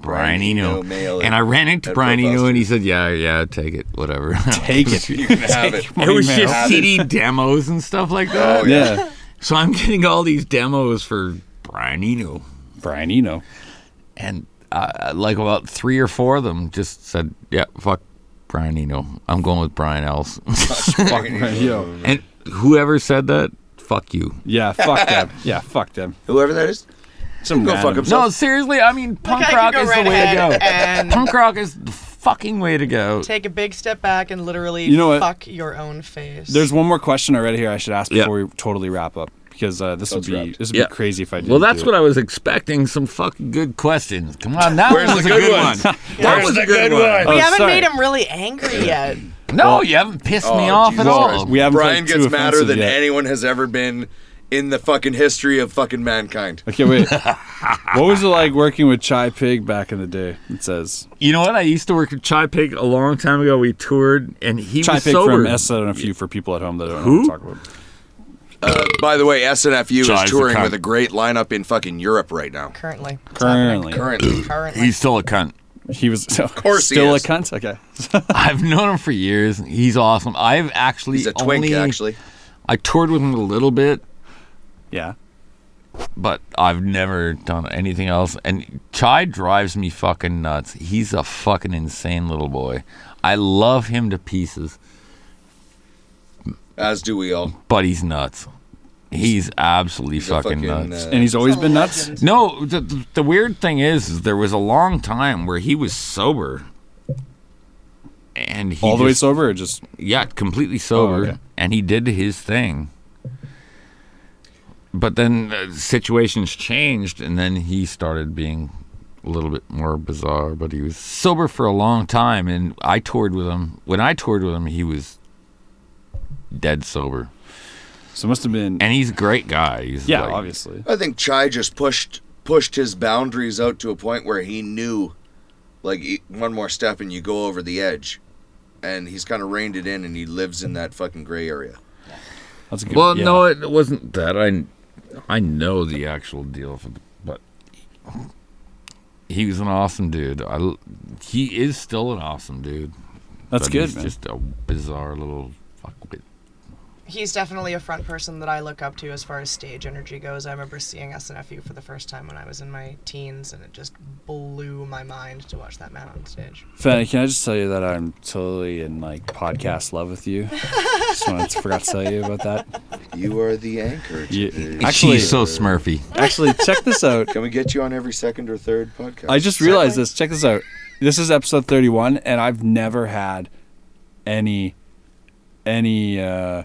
C: Brian
D: Brian Eno
C: Eno.
D: mail
C: And I ran into
D: at
C: Brian
D: Profile
C: Eno, and he said, "Yeah, yeah, take it, whatever."
A: Take it.
D: You can have it.
A: My
C: [laughs] it was
A: email.
C: just CD demos and stuff like that.
D: [laughs] Oh, yeah.
A: yeah.
C: So I'm getting all these demos for Brian Eno,
A: Brian Eno.
C: and uh, like about three or four of them just said, "Yeah, fuck Brian Eno. I'm going with Brian Else."
A: Yo.
C: [laughs] and whoever said that, fuck you.
A: Yeah, fuck them. Yeah, fuck them.
D: Whoever that is,
A: Some
D: go fuck
A: random-
D: himself.
C: No, seriously. I mean, punk
E: I
C: rock
E: could go
C: is
E: right
C: the way to
E: ahead
C: go.
E: and-
C: punk rock is the fucking way to go.
E: Take a big step back and literally
A: You know what?
E: fuck your own face.
A: There's one more question I read here I should ask
C: Yeah.
A: before we totally wrap up because uh, this would be this would
C: Yeah.
A: be crazy if I did.
C: Well, that's what I was expecting. Some fucking good questions. Come on, that
B: Where's
C: one was
B: the
C: a
B: good
C: good one. [laughs]
B: ones?
C: that was a good one.
E: we
A: Oh,
E: haven't
A: sorry.
E: made him really angry yet.
C: No, you haven't pissed me
D: Oh,
C: off at
D: Jesus
C: all.
D: Christ.
A: we haven't
D: Brian
A: played too
D: gets madder
A: offensive
D: than
A: yet.
D: anyone has ever been in the fucking history of fucking mankind.
A: Okay,
C: [laughs]
A: wait. what was it like working with Chai Pig back in the day? It says
C: You know what? I used to work with Chai Pig a long time ago. We toured, and he
A: Chai
C: was
A: Pig
C: sober.
A: from S and a few for people at home that don't
C: Who?
A: know what I'm talking about.
D: By the way, SNFU
C: Jive's
D: is touring
C: the
D: with
C: cunt.
D: a great lineup in fucking Europe right now.
E: Currently. It's happening.
A: Currently,
D: Currently.
E: Currently.
C: He's still a cunt.
A: he was [laughs] of
D: course he
A: still
D: is.
A: a cunt. Okay, [laughs]
C: I've known him for years. He's awesome. I've actually
D: He's a twink,
C: only-
D: actually.
C: I toured with him a little bit,
A: yeah.
C: but I've never done anything else. And Chai drives me fucking nuts. He's a fucking insane little boy. I love him to pieces,
D: As do we all.
C: but he's nuts. He's absolutely
D: The
C: fucking, nuts.
D: uh,
A: And he's always been nuts.
C: No, the, the, the weird thing is, is, there was a long time where he was sober, and he
A: All the way
C: just-
A: sober, or just
C: yeah, completely sober,
A: Oh, okay.
C: and he did his thing. But then uh, situations changed, and then he started being a little bit more bizarre. But he was sober for a long time, and I toured with him. When I toured with him, he was dead sober,
A: so it must have been.
C: and he's a great guy. He's
A: yeah,
C: like-
A: obviously.
D: I think Chai just pushed pushed his boundaries out to a point where he knew, like e- one more step and you go over the edge, and he's kind of reined it in and he lives in that fucking gray area.
A: That's a good.
C: Well,
A: yeah.
C: no, it wasn't that. I I know the actual deal, for the, but he was an awesome dude. I l he is still an awesome dude.
A: that's
C: but
A: good.
C: He's
A: Man.
C: just a bizarre little fuckwit.
E: He's definitely a front person that I look up to as far as stage energy goes. I remember seeing SNFU for the first time when I was in my teens, and it just blew my mind to watch that man on stage.
A: Fanny, can I just tell you that I'm totally in like podcast love with you? just wanted to forgot to tell you about that.
D: You are the anchor.
A: Yeah.
D: today.
A: [laughs] Actually-
C: She's so smurfy.
A: Actually, check this out.
D: Can we get you on every second or third podcast?
A: I just realized this. Check this out. This is episode 31, and I've never had any any uh,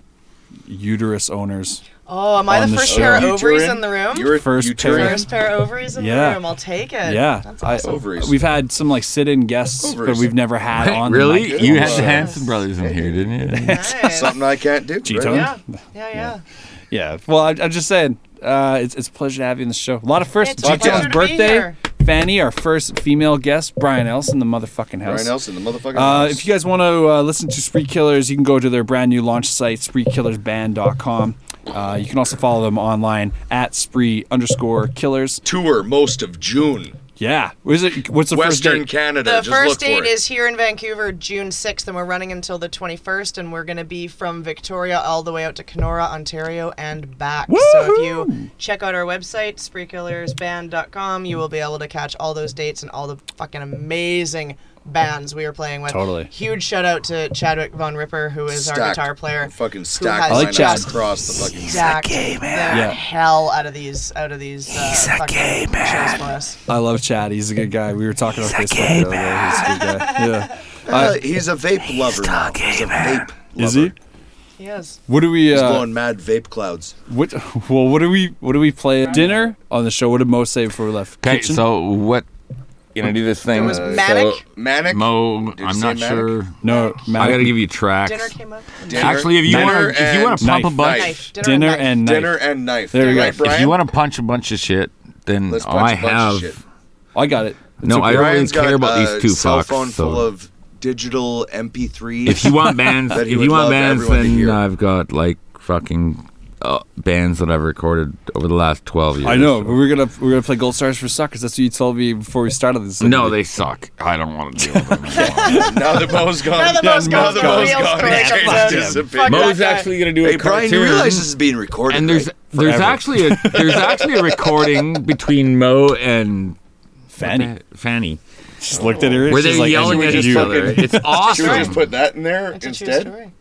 A: uterus owners.
E: Oh, am
A: On
E: I the
A: the
E: first
A: show.
E: pair of
D: You
E: ovaries
D: Turin?
E: in the room?
D: You're
A: First
D: first. You Turin?
E: first pair of ovaries in
A: Yeah.
E: the room. I'll take it.
A: Yeah,
E: That's
A: I- [laughs]
E: awesome.
D: Ovaries.
A: we've had some like sit-in guests, but
D: Ovaries.
A: we've never had on the
C: really?
A: mic.
C: you had the
E: Yes.
C: Hanson brothers in
A: [laughs]
C: here, didn't you?
E: Nice.
D: Something I can't do.
A: Gee,
D: right?
A: Tony.
D: [laughs]
E: Yeah, yeah, yeah.
A: Yeah. Well, I, I'm just saying, uh, it's it's a pleasure to have you on the show. A lot of firsts.
E: It's a
A: G
E: pleasure
A: Town's
E: to be
A: birthday.
E: here.
A: Fanny, our first female guest, Brian Elson, the motherfucking house.
D: Brian Nelson, the motherfucker.
A: Uh, if you guys want to uh, listen to Spree Killers, you can go to their brand new launch site, spreekillersband.com. Uh, you can also follow them online at spree underscore killers.
D: tour most of June,
A: Yeah. What is it? What's the first
D: Western
A: date?
D: Canada.
E: The
D: just
E: first
D: look for
E: date
D: it.
E: is here in Vancouver, June 6th, and we're running until the 21st, and we're going to be from Victoria all the way out to Kenora, Ontario, and back. So if you check out our website, spreekillersband.com, you will be able to catch all those dates and all the fucking amazing bands we are playing with.
A: Totally.
E: Huge shout out to Chadwick Von Ripper, who is our
D: Stacked.
E: guitar player.
D: fucking
E: has
D: stacked
A: I like
D: lineups
A: Chad.
D: across the fucking.
E: Stacked the
A: Yeah.
E: hell out of these out of these uh, fucking shows for us.
A: I love Chad. He's a good guy. We were talking on Facebook. the other day. He's a good guy.
C: [laughs]
A: Yeah.
D: Uh, he's a vape lover now. He's a vape.
A: Is
D: lover.
A: he?
E: Yes.
A: What do we?
D: He's
A: Uh,
D: blowing mad vape clouds.
A: what? [laughs] Well, what do we? What do we play at dinner on the show? What did Mo say before we left?
C: Okay,
A: Kitchen?
C: so what? Gonna do this
D: Uh,
C: thing.
E: It was manic.
D: Manic.
C: Mo,
D: you
C: I'm
D: say
C: not
D: manic?
C: sure.
A: no, Matt,
C: I gotta give you tracks.
E: Dinner came up. and
D: Dinner-
C: Actually, if you
D: Dinner
C: want to, if you
D: and
C: want to pump a
A: knife.
C: bunch,
E: knife. Dinner,
A: dinner
E: and knife.
A: and knife.
D: dinner and knife.
A: There you go.
D: right,
A: If
D: Brian?
C: if you want to punch a bunch of shit, then
D: Let's punch
C: I
D: a bunch
C: have.
D: of shit.
A: I got it. It's
C: No, I
A: okay.
C: don't really
D: Brian's got
C: care about
D: a
C: these two
D: cell
C: fucks.
D: phone
C: so
D: full of digital MP3s.
C: if you want bands,
D: [laughs] that
C: if
D: he would
C: you want
D: love
C: bands,
D: everyone to
C: then uh,
D: hear.
C: I've got like fucking uh, bands that I've recorded over the last twelve years.
A: I know.
C: so-
A: but We're gonna we're gonna play Gold Stars for Suckers. That's what you told me before we started this.
C: No, they suck. I don't want to deal
H: [laughs]
C: with them.
D: now that Mo's gone.
E: Now that
A: Yeah, Mo's
E: Mo's gone, the
A: gone.
E: real
D: Mo's
E: story
D: gone.
E: comes
D: Yeah,
E: out.
D: disappeared.
E: Fuck
C: Mo's
E: that guy.
C: actually going to do a
H: Hey, Brian, you
C: cartoon.
H: realize this is being recorded.
C: and there's
H: right?
C: there's
H: Forever.
C: actually a there's actually
H: [laughs]
C: a recording between Mo and
A: Fanny
C: Fanny
A: just looked at her.
C: where
A: she's
C: they're
A: like,
C: yelling
A: "Anything
C: at
A: you
C: each
A: do."
C: other. It's
D: Should we just
C: awesome.
D: put that in there
E: It's a true
D: instead?
E: story.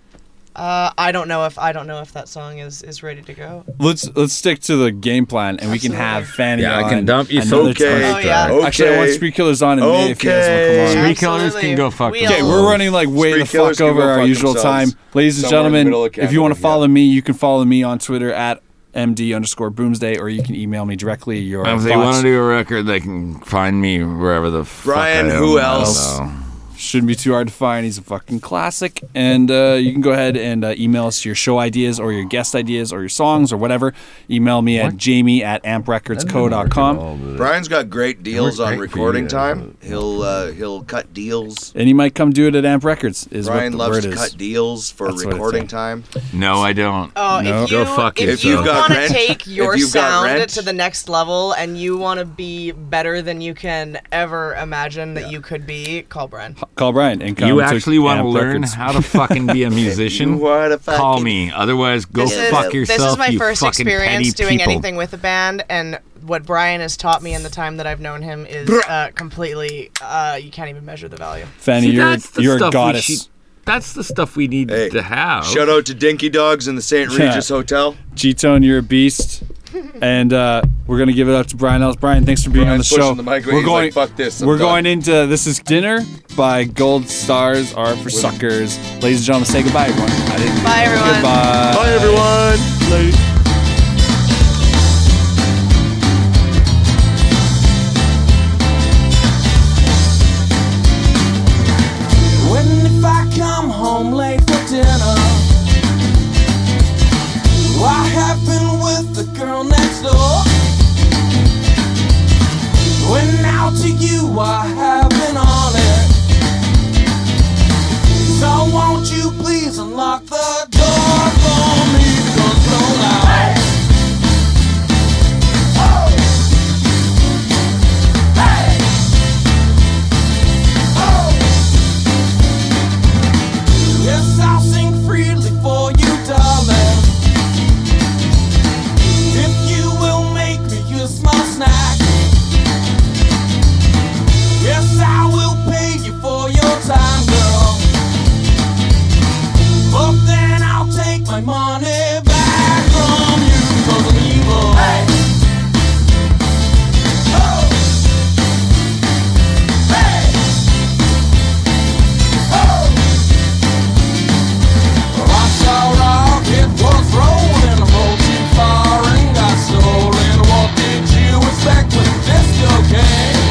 E: Uh, I don't know if I don't know if that song is is ready to go.
A: Let's let's stick to the game plan, and we can have Fanny.
C: Yeah, I
A: on
C: can dump you.
A: another
B: Okay.
A: time.
E: Oh, yeah.
D: uh,
B: Okay.
A: Actually, I want Street Killers on in May if you guys want to come on.
E: Okay.
C: Three killers
E: Absolutely.
C: can go fuck.
E: We
A: Okay,
E: all-
A: we're running like way
D: Street
A: the
D: killers
A: fuck
D: can
A: over
D: go
A: our
D: fuck
A: usual time.
D: themselves
A: Ladies and
D: somewhere in the
A: gentlemen,
D: middle of
A: if you want to
D: Canada,
A: follow me, you can follow me on Twitter at md underscore boomsday, or you can email me directly your
H: Oh,
C: If
A: thoughts.
C: they want to do a record, they can find me wherever the
H: Brian,
C: Fuck I am.
H: who
C: I don't
H: else?
C: know.
A: Shouldn't be too hard to find. He's a fucking classic, and uh, you can go ahead and uh, email us your show ideas or your guest ideas or your songs or whatever. Email me at jamie at amprecordsco.com.
H: Brian's got great deals on
C: great for
H: recording
C: you.
H: time. He'll uh, he'll cut deals.
A: And you might come do it at Amp Records. Is
H: Brian
A: what the
H: loves
A: word
H: to
A: is.
H: cut deals for
A: That's what it's
H: recording
A: like.
H: time.
C: No, I don't.
E: Oh,
A: No.
E: if you,
C: Go fuck yourself.
E: if you
H: If you've got
E: want to
H: rent-
E: take
H: if
E: your
H: you've got
E: sound
H: rent-
E: to the next level and you want to be better than you can ever imagine that you could be, call Brian.
A: Call Brian and come
C: You
A: to
C: actually want to
A: Amp
C: learn
A: Records.
C: how to fucking
H: [laughs]
C: be a musician?
H: wanna
C: Call
H: fucking-
C: me. Otherwise, go
E: This is,
C: fuck yourself.
E: this is my
C: you
E: first
C: fucking
E: experience
C: petty
E: doing
C: people.
E: anything with a band, and what Brian has taught me in the time that I've known him is uh, completely, uh, you can't even measure the value.
A: Fanny,
C: See,
A: you're,
C: that's the
A: you're a
C: stuff we
A: goddess.
C: should- that's the stuff we need
H: Hey,
C: to have.
H: Shout out to Dinky Dogs in the St.
A: Yeah.
H: Regis Hotel.
A: G Tone, you're a beast. And uh, we're gonna give it up to Brian Ellis. Brian, thanks for being
D: Brian's
A: on the show.
D: pushing the mic away.
A: we're
D: He's
A: going.
D: like, "Fuck this, I'm
A: we're
D: done."
A: going into this is dinner by Gold Stars are for suckers. Ladies and gentlemen, say goodbye, everyone. I didn't.
E: Bye, everyone.
A: Goodbye.
H: Bye, everyone.
G: When if I come home late for dinner? I have been with the girl next door. When out to you, I have been on it. So won't you please unlock the door for me? Cause Lola. Oh! Yes, I'll sing freely for you, darling. If you will make me your small snack. Yes, I will pay you for your time, girl. But then I'll take my money back from you, cause I'm evil. Oh. Hey! Oh. I saw rock, it was rolling, rolled too far and got stolen. What did you expect when disco came?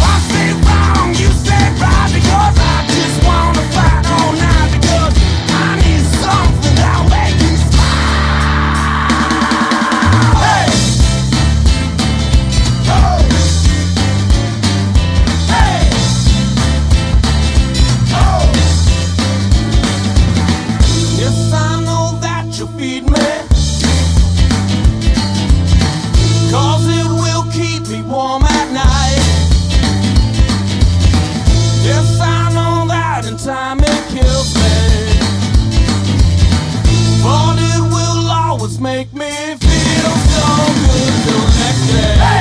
G: I say wrong, you say right, because I just wanna fight all night because I need something that'll make me smile. Hey, oh, hey, oh. Yes, I know that you feed me. Cause it will keep me warm at night. Yes, I know that in time it kills me. But it will always make me feel so good till next day.